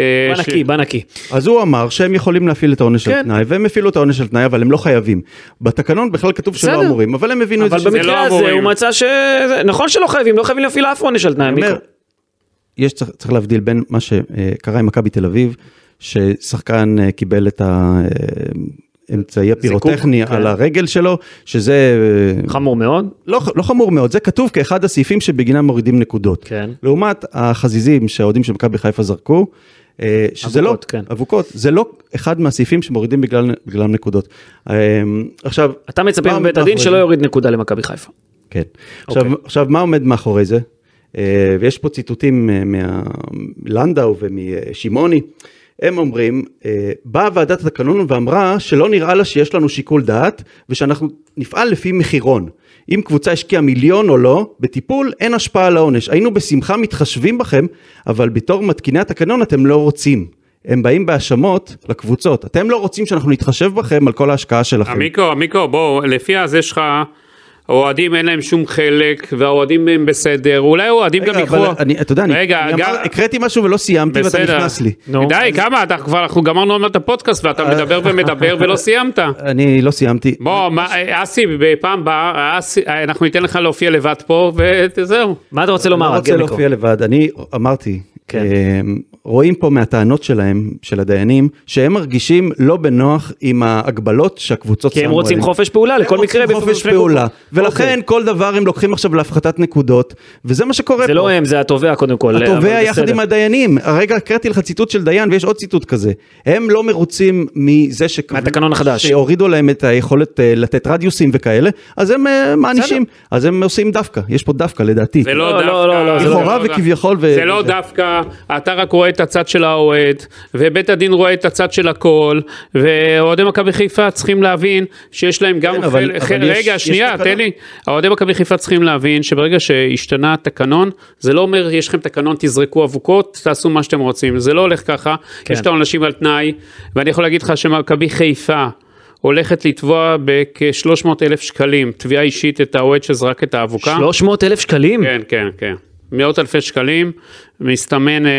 S3: אה,
S1: בא
S3: ש-
S1: נקי, בא נקי.
S2: אז הוא אמר שהם יכולים להפעיל את העונש על
S1: כן.
S2: תנאי, והם הפעילו את העונש על תנאי, אבל הם לא חייבים. בתקנון בכלל כתוב שלא
S1: בסדר.
S2: אמורים, אבל הם הבינו את זה.
S1: אבל
S2: שזה-
S3: לא
S1: במקרה הזה
S3: אמורים.
S1: הוא מצא ש... נכון שלא חייבים, לא חייבים להפעיל אף עונש על תנאי.
S2: אני אומר,
S1: מיקו.
S2: יש, צריך, צריך להבדיל בין מה שקרה עם מכבי תל אביב, ששחקן אה, קיבל את האמצעי הפירוטכני
S1: זיקוק, כן.
S2: על הרגל שלו, שזה אה,
S1: חמור מאוד.
S2: לא, לא חמור מאוד, זה כתוב כאחד הסעיפים שבגינם מורידים נקודות.
S1: כן.
S2: לעומת החזיזים שהאוהדים של מכבי חיפה זרקו, אה, שזה לא,
S1: אבוקות, כן.
S2: אבוקות, זה לא אחד מהסעיפים שמורידים בגלל, בגללם נקודות. אה, עכשיו,
S1: אתה מצפה
S2: מה-
S1: מבית
S2: מה
S1: הדין
S2: אחרי
S1: שלא
S2: זה?
S1: יוריד נקודה למכבי חיפה.
S2: כן. עכשיו, עכשיו, מה עומד מאחורי זה? אה, ויש פה ציטוטים אה, מלנדאו ומשמעוני. הם אומרים, אה, באה ועדת התקנון ואמרה שלא נראה לה שיש לנו שיקול דעת ושאנחנו נפעל לפי מחירון. אם קבוצה השקיעה מיליון או לא, בטיפול אין השפעה על העונש. היינו בשמחה מתחשבים בכם, אבל בתור מתקיני התקנון אתם לא רוצים. הם באים בהאשמות לקבוצות. אתם לא רוצים שאנחנו נתחשב בכם על כל ההשקעה שלכם.
S3: המיקרו, המיקרו, בואו, לפי הזה שלך, האוהדים אין להם שום חלק, והאוהדים הם בסדר, אולי האוהדים גם
S2: רגע,
S3: יקחו...
S2: אבל אני, אתה יודע, אני,
S3: רגע,
S2: אני
S3: גם-
S2: אמר, הקראתי משהו ולא סיימתי ואתה
S3: בסדר.
S2: נכנס לי.
S1: נו.
S3: די, כמה? אתה כבר, אנחנו גמרנו עוד מעט את הפודקאסט, ואתה מדבר ומדבר ולא סיימת.
S2: אני לא סיימתי.
S3: בוא, מה- אה, אסי, בפעם הבאה, אה, אסי, אנחנו ניתן לך להופיע לבד פה, וזהו.
S1: מה אתה רוצה לומר?
S2: לא רוצה
S1: הגמיקו?
S2: להופיע לבד, אני אמרתי,
S1: כן.
S2: אה, רואים פה מהטענות שלהם, של הדיינים, שהם מרגישים לא בנוח עם ההגבלות שהקבוצות
S1: כי
S2: שמו
S1: הם
S2: עליהם.
S1: רוצים חופש פעולה לכל
S2: הם
S1: מקרה.
S2: רוצים
S1: בפני-
S2: חופש
S1: בפני-
S2: פעולה,
S1: אוקיי.
S2: ולכן כל דבר הם לוקחים עכשיו להפחתת נקודות, וזה מה שקורה פה.
S1: זה לא הם, זה התובע קודם כל. אבל
S2: התובע יחד
S1: בסדר.
S2: עם הדיינים, הרגע הקראתי לך ציטוט של דיין ויש עוד ציטוט כזה, הם לא מרוצים מזה שק-
S1: מהתקנון החדש.
S2: שהורידו להם את היכולת אה, לתת רדיוסים וכאלה, אז הם אה, מענישים, אז הם עושים דווקא, יש פה דווקא לדעתי,
S3: זה לא
S1: לא,
S3: דווקא.
S1: לא, לא, לא, זה
S3: זה
S1: לא
S2: לכאורה
S3: דווקא.
S2: וכביכול ו-
S3: זה לא
S2: וזה.
S3: דווקא, אתה רק רואה את הצד של האוהד, ובית הדין רואה את הצד של הכל, ואוהדי מכבי חיפה צריכים להבין שיש להם גם...
S2: כן, אבל-
S3: חלק-
S2: אבל יש-
S3: רגע,
S2: יש
S3: שנייה,
S2: תקנון.
S3: תן לי. אוהדי מכבי חיפה צריכים להבין שברגע שהשתנה התקנון, זה לא אומר יש לכם תקנון, תזרקו אבוקות, תעשו מה שאתם רוצים. זה לא הולך ככה,
S2: כן.
S3: יש את העונשים על תנאי, ואני יכול להגיד לך שמכבי חיפה... הולכת לתבוע בכ-300 אלף שקלים, תביעה אישית את האוהד שזרק את האבוקה.
S1: 300 אלף שקלים?
S3: כן, כן, כן. מאות אלפי שקלים, מסתמן אה,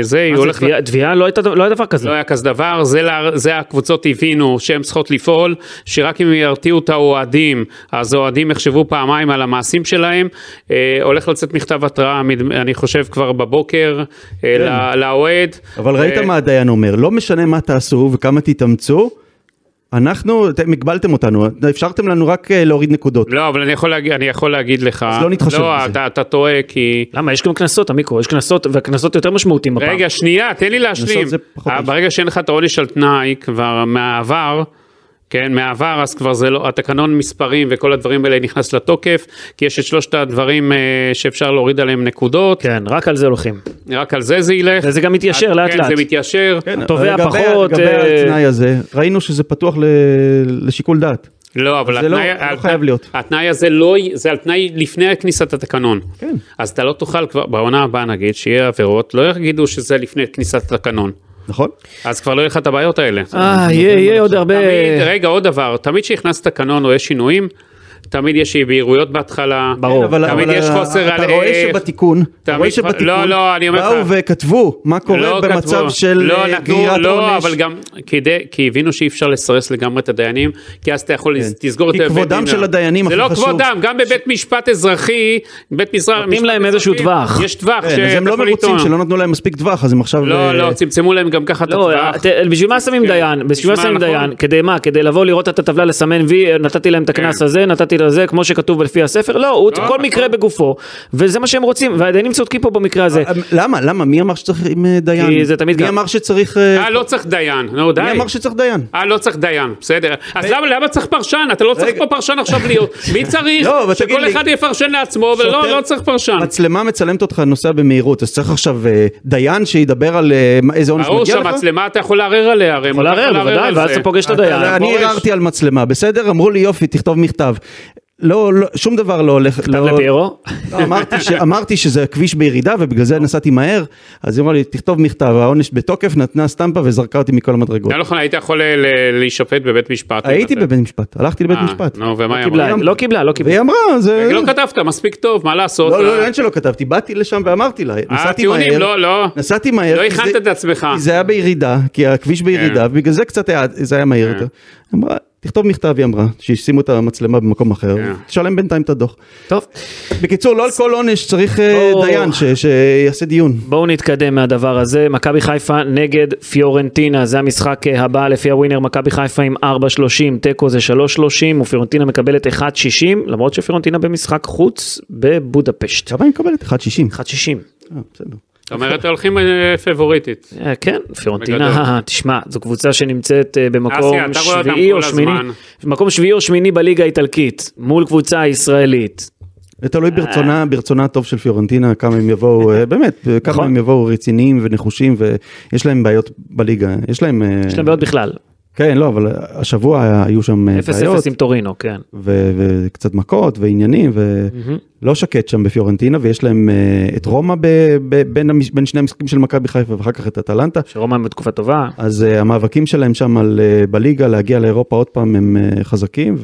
S3: זה, היא
S1: מה זה,
S3: הולכת...
S1: תביעה- תביעה לא הייתה לא היה דבר כזה.
S3: לא היה כזה דבר, זה, לה- זה הקבוצות הבינו שהן צריכות לפעול, שרק אם ירתיעו את האוהדים, אז האוהדים יחשבו פעמיים על המעשים שלהם. אה, הולך לצאת מכתב התראה, מד- אני חושב כבר בבוקר, אה, ל- לאוהד.
S2: כן. אבל ראית
S3: אה,
S2: מה הדיין אומר, לא משנה מה תעשו וכמה תתאמצו, אנחנו, אתם הגבלתם אותנו, אפשרתם לנו רק אה, להוריד נקודות,
S3: לא, אבל אני יכול להגיד, אני יכול להגיד לך...
S2: אז לא נתחשב בזה.
S3: אתה, אתה טועה, כי...
S1: למה? יש גם קנסות, המיקרו, יש קנסות, והקנסות יותר משמעותיים הפעם.
S3: רגע, שנייה, תן לי להשלים.
S2: זה פחות
S3: אה,
S2: משהו.
S3: ברגע שאין לך את העונש על תנאי כבר מהעבר, כן, מהעבר אז כבר זה לא, התקנון מספרים וכל הדברים האלה נכנס לתוקף, כי יש את שלושת הדברים אה, שאפשר להוריד עליהם נקודות,
S1: כן, רק על זה הולכים.
S3: רק על זה זה ילך.
S1: וזה גם מתיישר
S3: עד-
S1: לאט
S3: כן,
S1: לאט.
S3: זה מתיישר.
S1: התובע
S2: לגבי-
S1: פחות,
S2: לגבי
S1: אה,
S2: התנאי הזה, ראינו שזה פתוח ל- לשיקול דעת.
S3: לא, אבל
S2: זה לא-
S3: התנאי,
S2: לא חייב להיות.
S3: התנאי הזה לא, י- זה על תנאי לפני כניסת התקנון. כן. אז אתה לא תוכל כבר, בעונה הבאה נגיד, שיהיה עבירות, לא יגידו שזה לפני כניסת התקנון.
S2: נכון?
S3: אז כבר לא יהיה לך את הבעיות האלה.
S1: אה, יהיה, יהיה עוד הרבה...
S3: תמיד, רגע, עוד דבר, תמיד כשנכנס תקנון או יש שינויים, תמיד יש אי בהירויות בהתחלה.
S1: ברור.
S2: כן, אבל-
S3: תמיד
S2: אבל
S3: יש חוסר על
S2: אתה רואה
S3: איך.
S2: שבתיקון, אתה רואה
S3: תמיד-
S2: שבתיקון,
S3: לא, לא, אני אומר לך. לא
S2: באו וכתבו מה קורה במצב
S3: כתבו.
S2: של
S3: לא,
S2: אה,
S3: נתנו-
S2: גרירת עונש.
S3: לא, אבל גם כדי, כי הבינו שאי אפשר לסרס לגמרי את הדיינים, כי אז אתה יכול לס- תסגור את
S2: כן. כי
S3: הבית דין.
S2: כבודם של הדיינים
S3: זה
S2: הכי
S3: לא
S2: חשוב.
S3: כבודם, גם בבית משפט אזרחי, בית מזרח... משפט
S1: להם איזשהו
S3: אזרחי,
S1: טווח.
S3: יש טווח.
S2: כן, אז
S3: שאתה
S2: הם לא
S3: יכול
S2: מרוצים
S3: לטעון.
S2: שלא נתנו להם מספיק טווח, אז הם עכשיו...
S3: לא,
S2: אה,
S3: לא, צמצמו להם גם ככה את
S1: לא,
S3: הטווח.
S1: ת- בשביל מה שמים דיין? בשביל מה
S3: נשמע
S1: שמים
S3: כן. נכון.
S1: דיין? כדי מה? כדי לבוא לראות את הטבלה לסמן וי, אה, נתתי להם את הקנס הזה, נתתי לזה, כמו שכתוב לפי הספר? לא, הוא-
S3: כן. לא,
S1: כל
S3: נכון.
S1: מקרה בגופו, וזה מה שהם רוצים, והדיינים צודקים פה במקרה
S3: אה,
S1: הזה.
S2: אה, למה? למה? מי אמר שצריך עם אה, דיין?
S1: כי זה תמיד
S2: מי
S1: ככה.
S2: אמר שצריך... אה,
S3: אה, לא צריך דיין, נו די.
S2: מי אמר שצריך דיין?
S3: אה, לא צריך דיין, בסדר. אז למה למה צריך פרשן? אתה לא צריך פה פרשן עכשיו להיות. מי צריך?
S2: לא, אבל תגיד
S3: שכל
S2: לי-
S3: אחד יפרשן לעצמו, ולא,
S2: שוטר-
S3: לא צריך פרשן.
S2: מצלמה מצלמת אותך נוסע במהירות, אז צריך עכשיו אה, דיין שידבר על אה, מה- איזה עונש
S3: ברור
S2: מגיע לך? אה,
S3: שהמצלמה אתה יכול לערער עליה, הרי.
S1: יכול
S3: אתה
S1: לערער, בוודאי,
S3: על
S1: ואז
S3: זה. אה,
S1: אתה פוגש את
S2: אתה-
S1: הדיין.
S2: אני
S3: בוא, יש-
S2: ערערתי על מצלמה, בסדר? אמרו לי יופי, תכתוב מכתב. לא, לא, שום דבר לא הולך...
S1: כתב
S2: לא-
S1: לפיירו?
S2: לא, אמרתי, ש, אמרתי שזה כביש בירידה ובגלל זה נסעתי מהר, אז היא אמרה לי, תכתוב מכתב, העונש בתוקף, נתנה סטמפה וזרקה אותי מכל המדרגות.
S3: לא נכון, היית יכול ל- ל- להישפט בבית משפט.
S2: הייתי
S3: אם אתה-
S2: בבית משפט, הלכתי לבית
S3: אה, אוקיי.
S2: משפט.
S3: נו, ומה היא
S1: קיבלה,
S3: אמרה?
S1: לא קיבלה, לא קיבלה.
S2: והיא אמרה, זה...
S3: לא כתבת מספיק טוב, מה לעשות?
S2: לא,
S3: אה,
S2: לא, אין שלא כתבתי, באתי לשם ואמרתי לה, נסעתי
S3: הטיעונים,
S2: מהר,
S3: אה, לא, לא.
S2: נסעתי מהר,
S3: לא
S2: כי
S3: הכנת
S2: זה-
S3: את עצמך. כן.
S2: כי זה היה בירידה, כי הכביש בירידה, ובגלל זה קצת היה, זה היה מהיר יותר. אמרה, תכתוב מכתב, היא אמרה, שישימו את המצלמה במקום אחר,
S3: כן.
S2: תשלם בינתיים את הדוח.
S1: טוב,
S2: בקיצור, לא על כל עונש צריך אה,
S3: לא.
S1: בוא.
S2: דיין ש- שיעשה דיון.
S1: בואו נתקדם מהדבר הזה. מכבי חיפה נגד פיורנטינה, זה המשחק אה, הבא לפי הווינר. מכבי חיפה עם 4.30, תיקו זה 3.30, ופיורנטינה מקבלת 1.60, למרות שפיורנטינה במשחק חוץ בבודפשט. 1.60.
S2: כמה היא מקבלת? 1.60. אה, בסדר.
S3: זאת אומרת, הולכים אה, פבוריטית.
S1: אה, כן, פיורנטינה, תשמע, זו קבוצה שנמצאת אה, במקום
S3: אסיה, אתה רואה אותם
S1: שביעי
S3: כל
S1: או שמיני,
S3: הזמן.
S1: מקום שביעי או שמיני בליגה האיטלקית, מול קבוצה ישראלית.
S2: זה תלוי ברצונה, ברצונה הטוב של פיורנטינה, כמה הם יבואו, אה, באמת, אה, כמה
S1: אה. נכון.
S2: הם יבואו רציניים ונחושים, ויש להם בעיות בליגה, יש להם... אה,
S1: יש להם בעיות בכלל,
S2: כן, לא, אבל השבוע היה- היו שם אה,
S1: 0-0
S2: בעיות,
S1: עם טורינו, כן.
S2: ו- וקצת מכות ועניינים, ולא שקט שם בפיורנטינה, ויש להם אה, את רומא ב- ב- בין המש- בין שני המשחקים של מכבי חיפה, ואחר כך את אטלנטה.
S1: שרומא בתקופה טובה.
S2: אז אה, המאבקים שלהם שם על, אה, בליגה להגיע לאירופה עוד פעם הם אה, חזקים,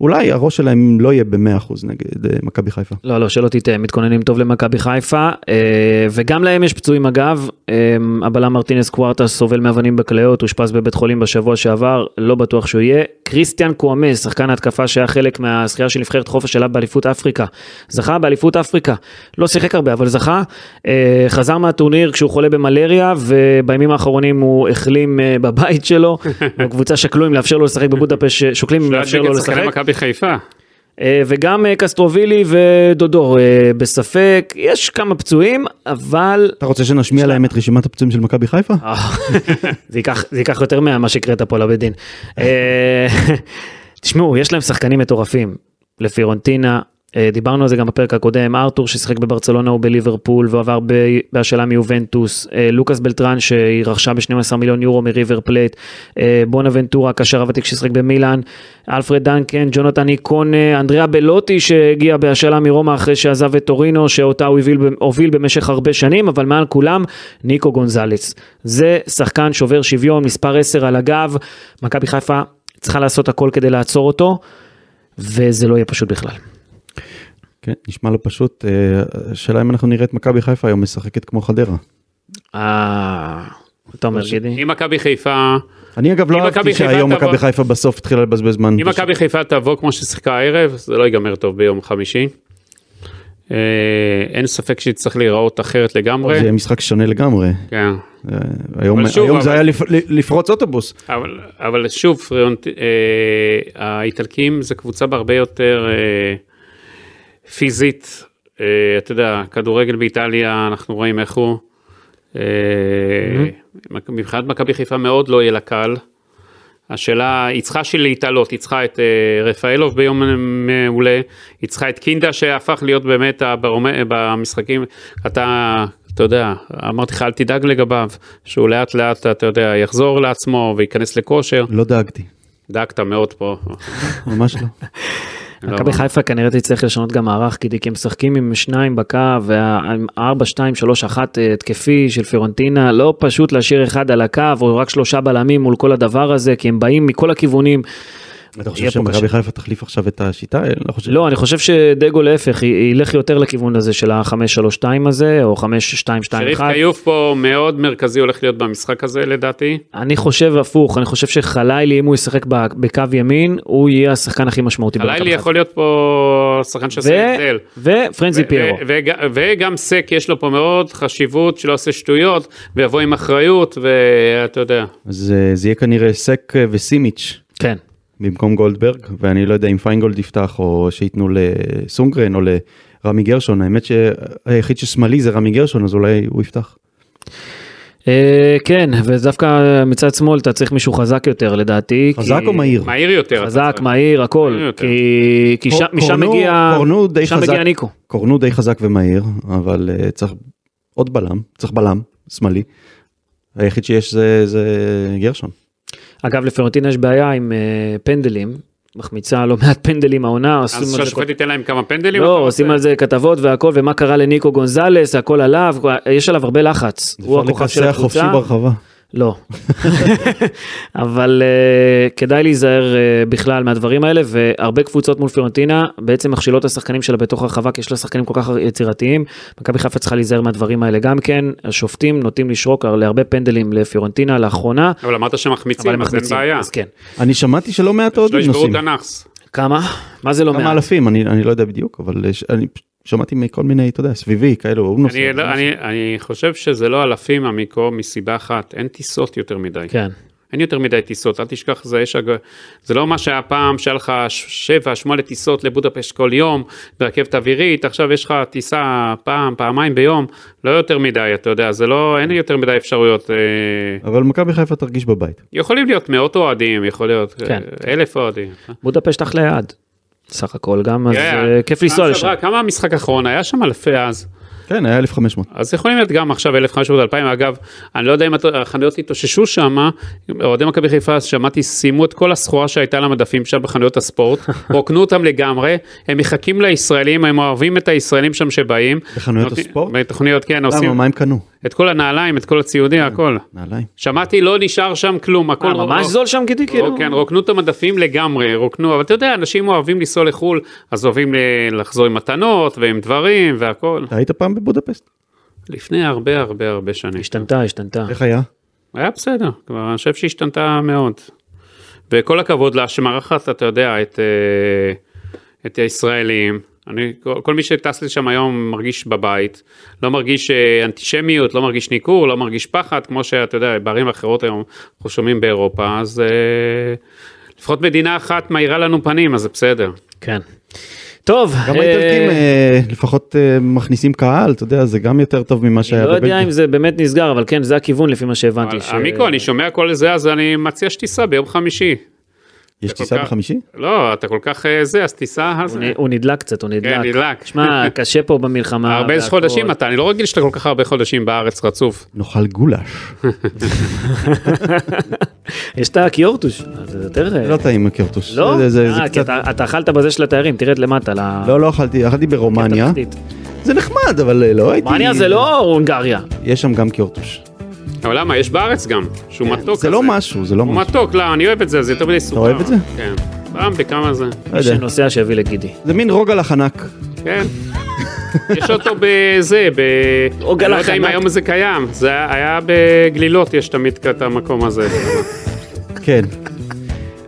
S2: ואולי הראש שלהם לא יהיה ב-100% נגד אה, מכבי חיפה.
S1: לא, לא, שלא תטעה, הם מתכוננים טוב למכבי חיפה, אה, וגם להם יש פצועים אגב. אה, הבלם מרטינס קוארטה סובל מאבנים בכליות, אושפז בבית חולים בשבוע שעבר, לא בטוח שהוא יהיה. קריסטיאן קואמה, שחקן ההתקפה שהיה חלק מהזכייה של נבחרת חוף השאלה באליפות אפריקה. זכה באליפות אפריקה, לא שיחק הרבה, אבל זכה. אה, חזר מהטורניר כשהוא חולה במלריה, ובימים האחרונים הוא החלים אה, בבית שלו. הקבוצה שקלו אם לאפשר לו לשחק בבודפשט, שוקלים אם
S3: לא
S1: לאפשר
S3: להדליק
S1: לו
S3: את שחקני
S1: לשחק.
S3: מכבי חיפה.
S1: אה, וגם אה, קסטרובילי ודודו אה, בספק, יש כמה פצועים, אבל...
S2: אתה רוצה שנשמיע להם את רשימת הפצועים של מכבי חיפה?
S1: אה, זה ייקח- זה ייקח יותר ממה שהקראת פה לבית דין. אה, תשמעו, יש להם שחקנים מטורפים לפירונטינה. אה, דיברנו על זה גם בפרק הקודם, ארתור ששיחק בברצלונה ובליברפול ועבר ב- בהשאלה מיובנטוס, אה, לוקאס בלטרן שהיא רכשה ב-12 מיליון יורו מריבר פלייט, אה, בונה ונטורה, הקשר הוותיק ששיחק במילאן, אלפרד דנקן, ג'ונתן איקונה, אנדריה בלוטי שהגיע בהשאלה מרומא אחרי שעזב את טורינו, שאותה הוא הוביל, הוביל במשך הרבה שנים, אבל מעל כולם, ניקו גונזלס. זה שחקן שובר שוויון, מספר 10 על הגב, מכבי חיפה צריכה לעשות הכל כדי לעצור אותו. וזה לא יהיה פשוט בכלל.
S2: כן, נשמע לא פשוט. אה, השאלה אם אנחנו נראה את מכבי חיפה היום משחקת כמו חדרה.
S1: אה... אתה אומר, גידי?
S3: אם מכבי חיפה...
S2: אני אגב לא
S3: אם
S2: אהבתי
S3: מכבי חיפה
S2: שהיום
S3: תבוא-
S2: מכבי חיפה בסוף התחילה לבזבז זמן.
S3: אם מכבי חיפה תבוא כמו ששיחקה הערב, זה לא ייגמר טוב ביום חמישי. אה, אין ספק שהיא תצטרך להיראות אחרת לגמרי.
S2: זה יהיה משחק שונה לגמרי.
S3: כן.
S2: אה, היום
S3: אבל שוב,
S2: היום זה
S3: אבל-
S2: היה לפ- לפרוץ אוטובוס.
S3: אבל, אבל שוב, פריונט, אה, האיטלקים זה קבוצה בהרבה יותר אה, פיזית. אה, אתה יודע, כדורגל באיטליה, אנחנו רואים איך הוא. אה, מבחינת מכבי חיפה מאוד לא יהיה לה קל. השאלה, היא צריכה שלי להתעלות, היא צריכה את אה, רפאלוב ביום מעולה, היא צריכה את קינדה שהפך להיות באמת הברומ... במשחקים, אתה, אתה יודע, אמרתי לך אל תדאג לגביו, שהוא לאט לאט, אתה יודע, יחזור לעצמו וייכנס לכושר,
S2: לא דאגתי,
S3: דאגת מאוד פה.
S2: ממש לא.
S1: מכבי חיפה כנראה תצטרך לשנות גם מערך כדי כי הם משחקים עם שניים בקו ועם 4, 2, 3, 1 אה, התקפי של פיורנטינה לא פשוט להשאיר אחד על הקו או רק שלושה בלמים מול כל הדבר הזה כי הם באים מכל הכיוונים.
S2: אתה חושב
S1: יהיה פה קשה.
S2: שמכבי חיפה תחליף עכשיו את השיטה? אני לא חושב.
S1: לא אני חושב שדגו להפך י- ילך יותר לכיוון הזה של ה-5-3-2 הזה או 5-2-2-1.
S3: שריף כיוף פה מאוד מרכזי הולך להיות במשחק הזה לדעתי.
S1: אני חושב הפוך אני חושב שחלילי אם הוא ישחק ב- בקו ימין הוא יהיה השחקן הכי משמעותי. במכבי
S3: הלילה
S1: חיפה.
S3: יכול להיות פה שחקן שעושה הבדל.
S1: ו- ופרנזי פיירו.
S3: ו- וג- וגם סק יש לו פה מאוד חשיבות שלא עושה שטויות ויבוא עם אחריות ואתה יודע.
S2: אז אה, זה יהיה כנראה סק אה, וסימיץ'
S1: כן.
S2: במקום גולדברג, ואני לא יודע אם פיינגולד יפתח או שייתנו לסונגרן או לרמי גרשון, האמת שהיחיד ששמאלי זה רמי גרשון, אז אולי הוא יפתח.
S1: אה, כן, ודווקא מצד שמאל אתה צריך מישהו חזק יותר לדעתי. כי-
S2: חזק או מהיר?
S3: מהיר יותר. אתה
S1: חזק,
S3: צריך.
S1: מהיר, הכל.
S3: מהיר יותר.
S1: כי- כי
S2: קור-
S1: שם- משם
S2: קורנו-
S1: מגיע
S2: קורנו די
S1: שם
S2: חזק.
S1: מגיע ניקו.
S2: קורנו די חזק ומהיר, אבל אה, צריך עוד בלם, צריך בלם, שמאלי. היחיד שיש זה, זה גרשון.
S1: אגב, לפרנטינה יש בעיה עם אה, פנדלים, מחמיצה לא מעט פנדלים העונה. עושים על
S3: אז
S1: זה
S3: שהשופט
S1: כל-
S3: ייתן להם כמה פנדלים. אתה
S1: לא,
S3: רוצה?
S1: עושים על זה כתבות והכל, ומה קרה לניקו גונזלס, הכל עליו, יש עליו הרבה לחץ. הוא
S2: אפשר
S1: הכוכב של
S2: לכסח חופשי
S1: הקבוצה.
S2: ברחבה.
S1: לא. אבל uh, כדאי להיזהר uh, בכלל מהדברים האלה, והרבה קבוצות מול פיורנטינה בעצם מכשילות את השחקנים שלה בתוך הרחבה, כי יש לה שחקנים כל כך יצירתיים. מכבי חיפה צריכה להיזהר מהדברים האלה גם כן. השופטים נוטים לשרוק להרבה פנדלים לפיורנטינה לאחרונה,
S3: אבל אמרת
S1: אבל
S3: שמחמיצים
S1: הם
S3: אז אין
S1: מחמיצים.
S3: בעיה.
S1: אז כן.
S2: אני שמעתי שלא מעט
S3: שלא
S2: אוהדים
S3: ישברו
S2: נוסעים.
S3: את הנאחס.
S1: כמה? מה זה לא
S2: כמה
S1: מעט?
S2: אלפים, אני, אני לא יודע בדיוק, אבל יש- אני פשוט שמעתי מכל מיני, אתה יודע, סביבי, כאלו, הוא נוסע.
S3: אני
S2: זה
S3: לא- אני- אני חושב שזה לא אלפים עמיקו מסיבה אחת אין טיסות יותר מדי.
S1: כן.
S3: אין יותר מדי טיסות, אל תשכח, זה, יש, הג- זה לא מה שהיה פעם, שהיה לך ש- שבע, שמונה טיסות לבודפשט כל יום, ברכבת אווירית, עכשיו יש לך טיסה פעם, פעמיים ביום, לא יותר מדי, אתה יודע, זה לא, אין יותר מדי אפשרויות. אה,
S2: אבל מכבי חיפה תרגיש בבית.
S3: יכולים להיות מאות אוהדים, יכול להיות
S1: כן.
S3: כן. אלף אוהדים.
S1: בודפשט אחלה יעד. סך הכל גם, אז
S3: תראה,
S1: אה, כיף
S3: פעם
S1: לנסוע לשם.
S3: שעברה, כמה המשחק האחרון, היה שם אלפי אז.
S2: כן, היה 1,500.
S3: אז יכולים להיות גם עכשיו 1,500-2,000, אגב, אני לא יודע אם הת- החנויות התאוששו שם, אוהדי מכבי חיפה, שמעתי, סיימו את כל הסחורה שהייתה למדפים שם בחנויות הספורט, רוקנו אותם לגמרי, הם מחכים לישראלים, הם אוהבים את הישראלים שם שבאים.
S2: בחנויות
S1: אוקיי,
S3: נותנים-
S2: הספורט?
S3: בתוכניות, כן,
S2: למה,
S3: עושים
S2: מה כן. הם קנו?
S3: את כל הנעליים, את כל הציודים, הכל.
S2: נעליים.
S3: שמעתי, לא נשאר שם כלום, הכל...
S1: אה, ממש
S3: רוק-
S1: זול שם גידי, כאילו.
S3: רוק- כן, רוקנו את המדפים לגמרי, רוקנו, אבל אתה יודע, אנשים אוהבים לנסוע לחו"ל, אז אוהבים ל- לחזור עם מתנות ועם דברים והכל.
S2: אתה היית פעם בבודפסט?
S1: אה.
S3: לפני הרבה הרבה הרבה שנים.
S1: השתנתה, השתנתה.
S2: איך היה?
S3: היה בסדר, כבר אני חושב שהשתנתה מאוד. וכל הכבוד לה שמארחת, אתה יודע, את, אה, את הישראלים. אני, כל- כל מי שטס לשם היום מרגיש בבית, לא מרגיש אה, אנטישמיות, לא מרגיש ניכור, לא מרגיש פחד, כמו שאתה יודע, בערים אחרות היום אנחנו שומעים באירופה, אז אה, לפחות מדינה אחת מאירה לנו פנים, אז זה בסדר.
S1: כן. טוב.
S2: גם
S1: אה,
S2: האיטלקים אה, לפחות אה, מכניסים קהל, אתה יודע, זה גם יותר טוב ממה שהיה
S1: אני לא יודע
S2: בבלגיה.
S1: אם זה באמת נסגר, אבל כן, זה הכיוון לפי מה שהבנתי.
S3: אבל
S1: ש-
S3: עמיקו, אני שומע כל זה, אז אני מציע שתיסע ביום חמישי.
S2: יש
S3: כל
S2: טיסה
S3: כך-
S2: בחמישי?
S3: לא, אתה כל כך אה, זה, אז תיסע. אז-
S1: הוא נ- הוא נדלק קצת, הוא נדלק.
S3: כן, נדלק.
S1: שמע, קשה פה במלחמה.
S3: הרבה
S1: והכל.
S3: חודשים אתה, אני לא רגיל שאתה כל כך הרבה חודשים בארץ רצוף.
S2: נאכל גולש.
S1: אה. יש את הקיורטוש, אז זה יותר...
S2: לא טעים הכרטוש.
S1: לא?
S2: זה- זה- זה
S1: אה, כי
S2: קצת-
S1: אתה- אתה אכלת בזה של התיירים, תרד למטה. ל-
S2: לא, לא אכלתי, אכלתי ברומניה.
S1: לתחתית.
S2: זה נחמד, אבל אה, לא הייתי...
S1: כן, רומניה זה לא הונגריה.
S2: יש שם גם קיורטוש.
S3: אבל למה? יש בארץ גם, שהוא מתוק כזה.
S2: זה לא משהו, זה לא
S3: הוא
S2: משהו.
S3: מתוק, לא, אני אוהב את זה, זה יותר מדי סוכר.
S2: אוהב את זה?
S3: כן. פעם בכמה זה.
S2: לא
S1: מי
S2: יודע.
S1: שנוסע שיביא לגידי.
S2: זה מין רוג על החנק.
S3: כן. יש אותו בזה, ב...
S1: עוגה
S3: אני לא יודע אם
S1: לחנק.
S3: היום זה קיים, זה היה- היה בגלילות, יש תמיד את המקום הזה.
S2: כן.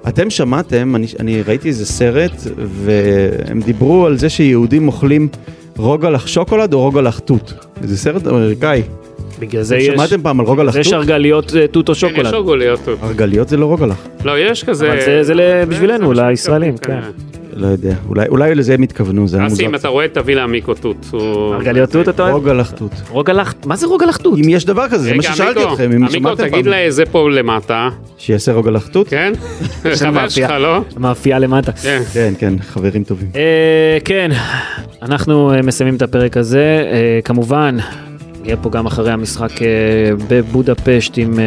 S2: אתם שמעתם, אני, אני ראיתי איזה סרט, והם דיברו על זה שיהודים אוכלים רוגלח שוקולד או רוגלח תות. זה סרט אמריקאי.
S1: בגלל זה יש...
S2: שמעתם פעם על רוגלח
S1: זה יש
S2: תות?
S1: הרגליות אה, תות או
S3: כן, יש
S1: שוקולד.
S3: עוגוליות.
S2: הרגליות זה לא רוגלח.
S3: לא, יש כזה...
S1: אבל זה- זה ל-
S3: זה-
S1: בשבילנו,
S3: זה
S1: לישראלים,
S3: בשביל-
S1: כן.
S2: לא יודע, אולי, אולי לזה הם התכוונו, זה היה
S3: אסי, אם
S2: מוזר.
S3: אתה רואה, תביא לעמיקו תות. הוא-
S1: מרגליות תות אתה אוהב?
S2: רוג על החטוט.
S1: רוגע לחט, מה זה רוגע לחטוט?
S2: אם יש דבר כזה, זה מה
S3: רגע,
S2: ששאלתי
S3: עמיקו,
S2: אתכם, אם
S3: עמיקו,
S2: שמעתם
S3: תגיד
S2: פעם.
S3: לזה פה למטה,
S2: שיעשה רוג על החטוט?
S3: כן? חבר שלך, לא?
S1: מאפייה למטה.
S3: כן.
S2: כן, כן, חברים טובים.
S1: אה, כן, אנחנו אה, מסיימים את הפרק הזה. אה, כמובן, נהיה פה גם אחרי המשחק אה, בבודפשט עם אה,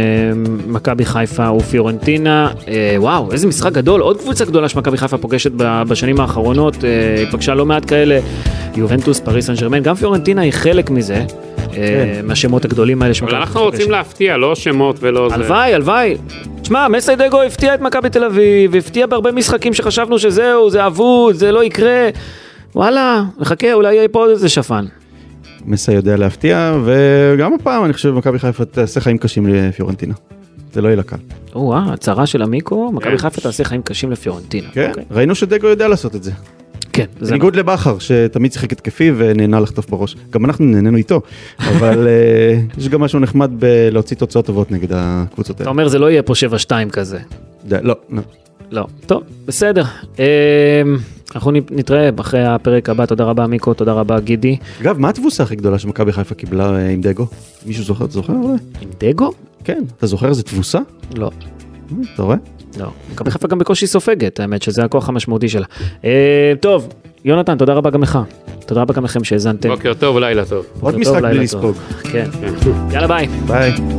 S1: מכבי חיפה ופיורנטינה. אה, וואו, איזה משחק גדול. עוד קבוצה גדולה שמכבי חיפה פוגשת ב- בשנים האחרונות. אה, היא פגשה לא מעט כאלה, יובנטוס, פריס סן ג'רמן. גם פיורנטינה היא חלק מזה, אה, מהשמות הגדולים האלה
S3: כן. אבל
S1: שמכבי
S3: אנחנו
S1: חיפה
S3: רוצים
S1: פוגשת.
S3: להפתיע, לא שמות ולא
S2: אה.
S3: זה.
S1: הלוואי, הלוואי. תשמע, מסיידגו הפתיע את מכבי תל אביב, הפתיע בהרבה משחקים שחשבנו שזהו, זה אבוד, זה לא יקרה. וואלה, נחכה, אולי יהיה פה עוד איזה שפן.
S2: מסי יודע להפתיע, וגם הפעם אני חושב מכבי חיפה תעשה חיים קשים לפיורנטינה. זה לא יהיה לה קל.
S1: או-אה, אה, הצהרה של עמיקו, מכבי
S3: כן.
S1: חיפה תעשה חיים קשים לפיורנטינה.
S2: כן,
S1: אוקיי.
S2: ראינו שדגו יודע לעשות את זה.
S1: כן, זה נכון.
S2: בניגוד לבכר, שתמיד שיחק התקפי ונהנה לחטוף בראש. גם אנחנו נהנינו איתו, אבל אה, יש גם משהו נחמד בלהוציא תוצאות טובות נגד הקבוצות
S1: אתה
S2: האלה.
S1: אומר זה לא יהיה פה 7-2 כזה.
S2: די, לא, לא.
S1: לא. טוב, בסדר. אמ, אנחנו נ- נתראה אחרי הפרק הבא, תודה רבה עמיקו, תודה רבה גידי.
S2: אגב, מה התבוסה הכי גדולה שמכבי חיפה קיבלה אה, עם דגו? מישהו זוכר? אתה זוכר? אולי?
S1: עם דגו?
S2: כן. אתה זוכר איזה תבוסה?
S1: לא.
S2: אתה רואה?
S1: לא, מכבי חיפה גם בקושי סופגת, האמת שזה הכוח המשמעותי שלה. אה, טוב, יונתן, תודה רבה גם לך. תודה רבה גם לכם שהאזנתם.
S3: בוקר טוב, לילה טוב.
S2: עוד
S1: טוב,
S2: משחק
S1: לילה
S2: בלי
S1: טוב.
S2: לספוג.
S1: כן. יאללה ביי.
S2: ביי.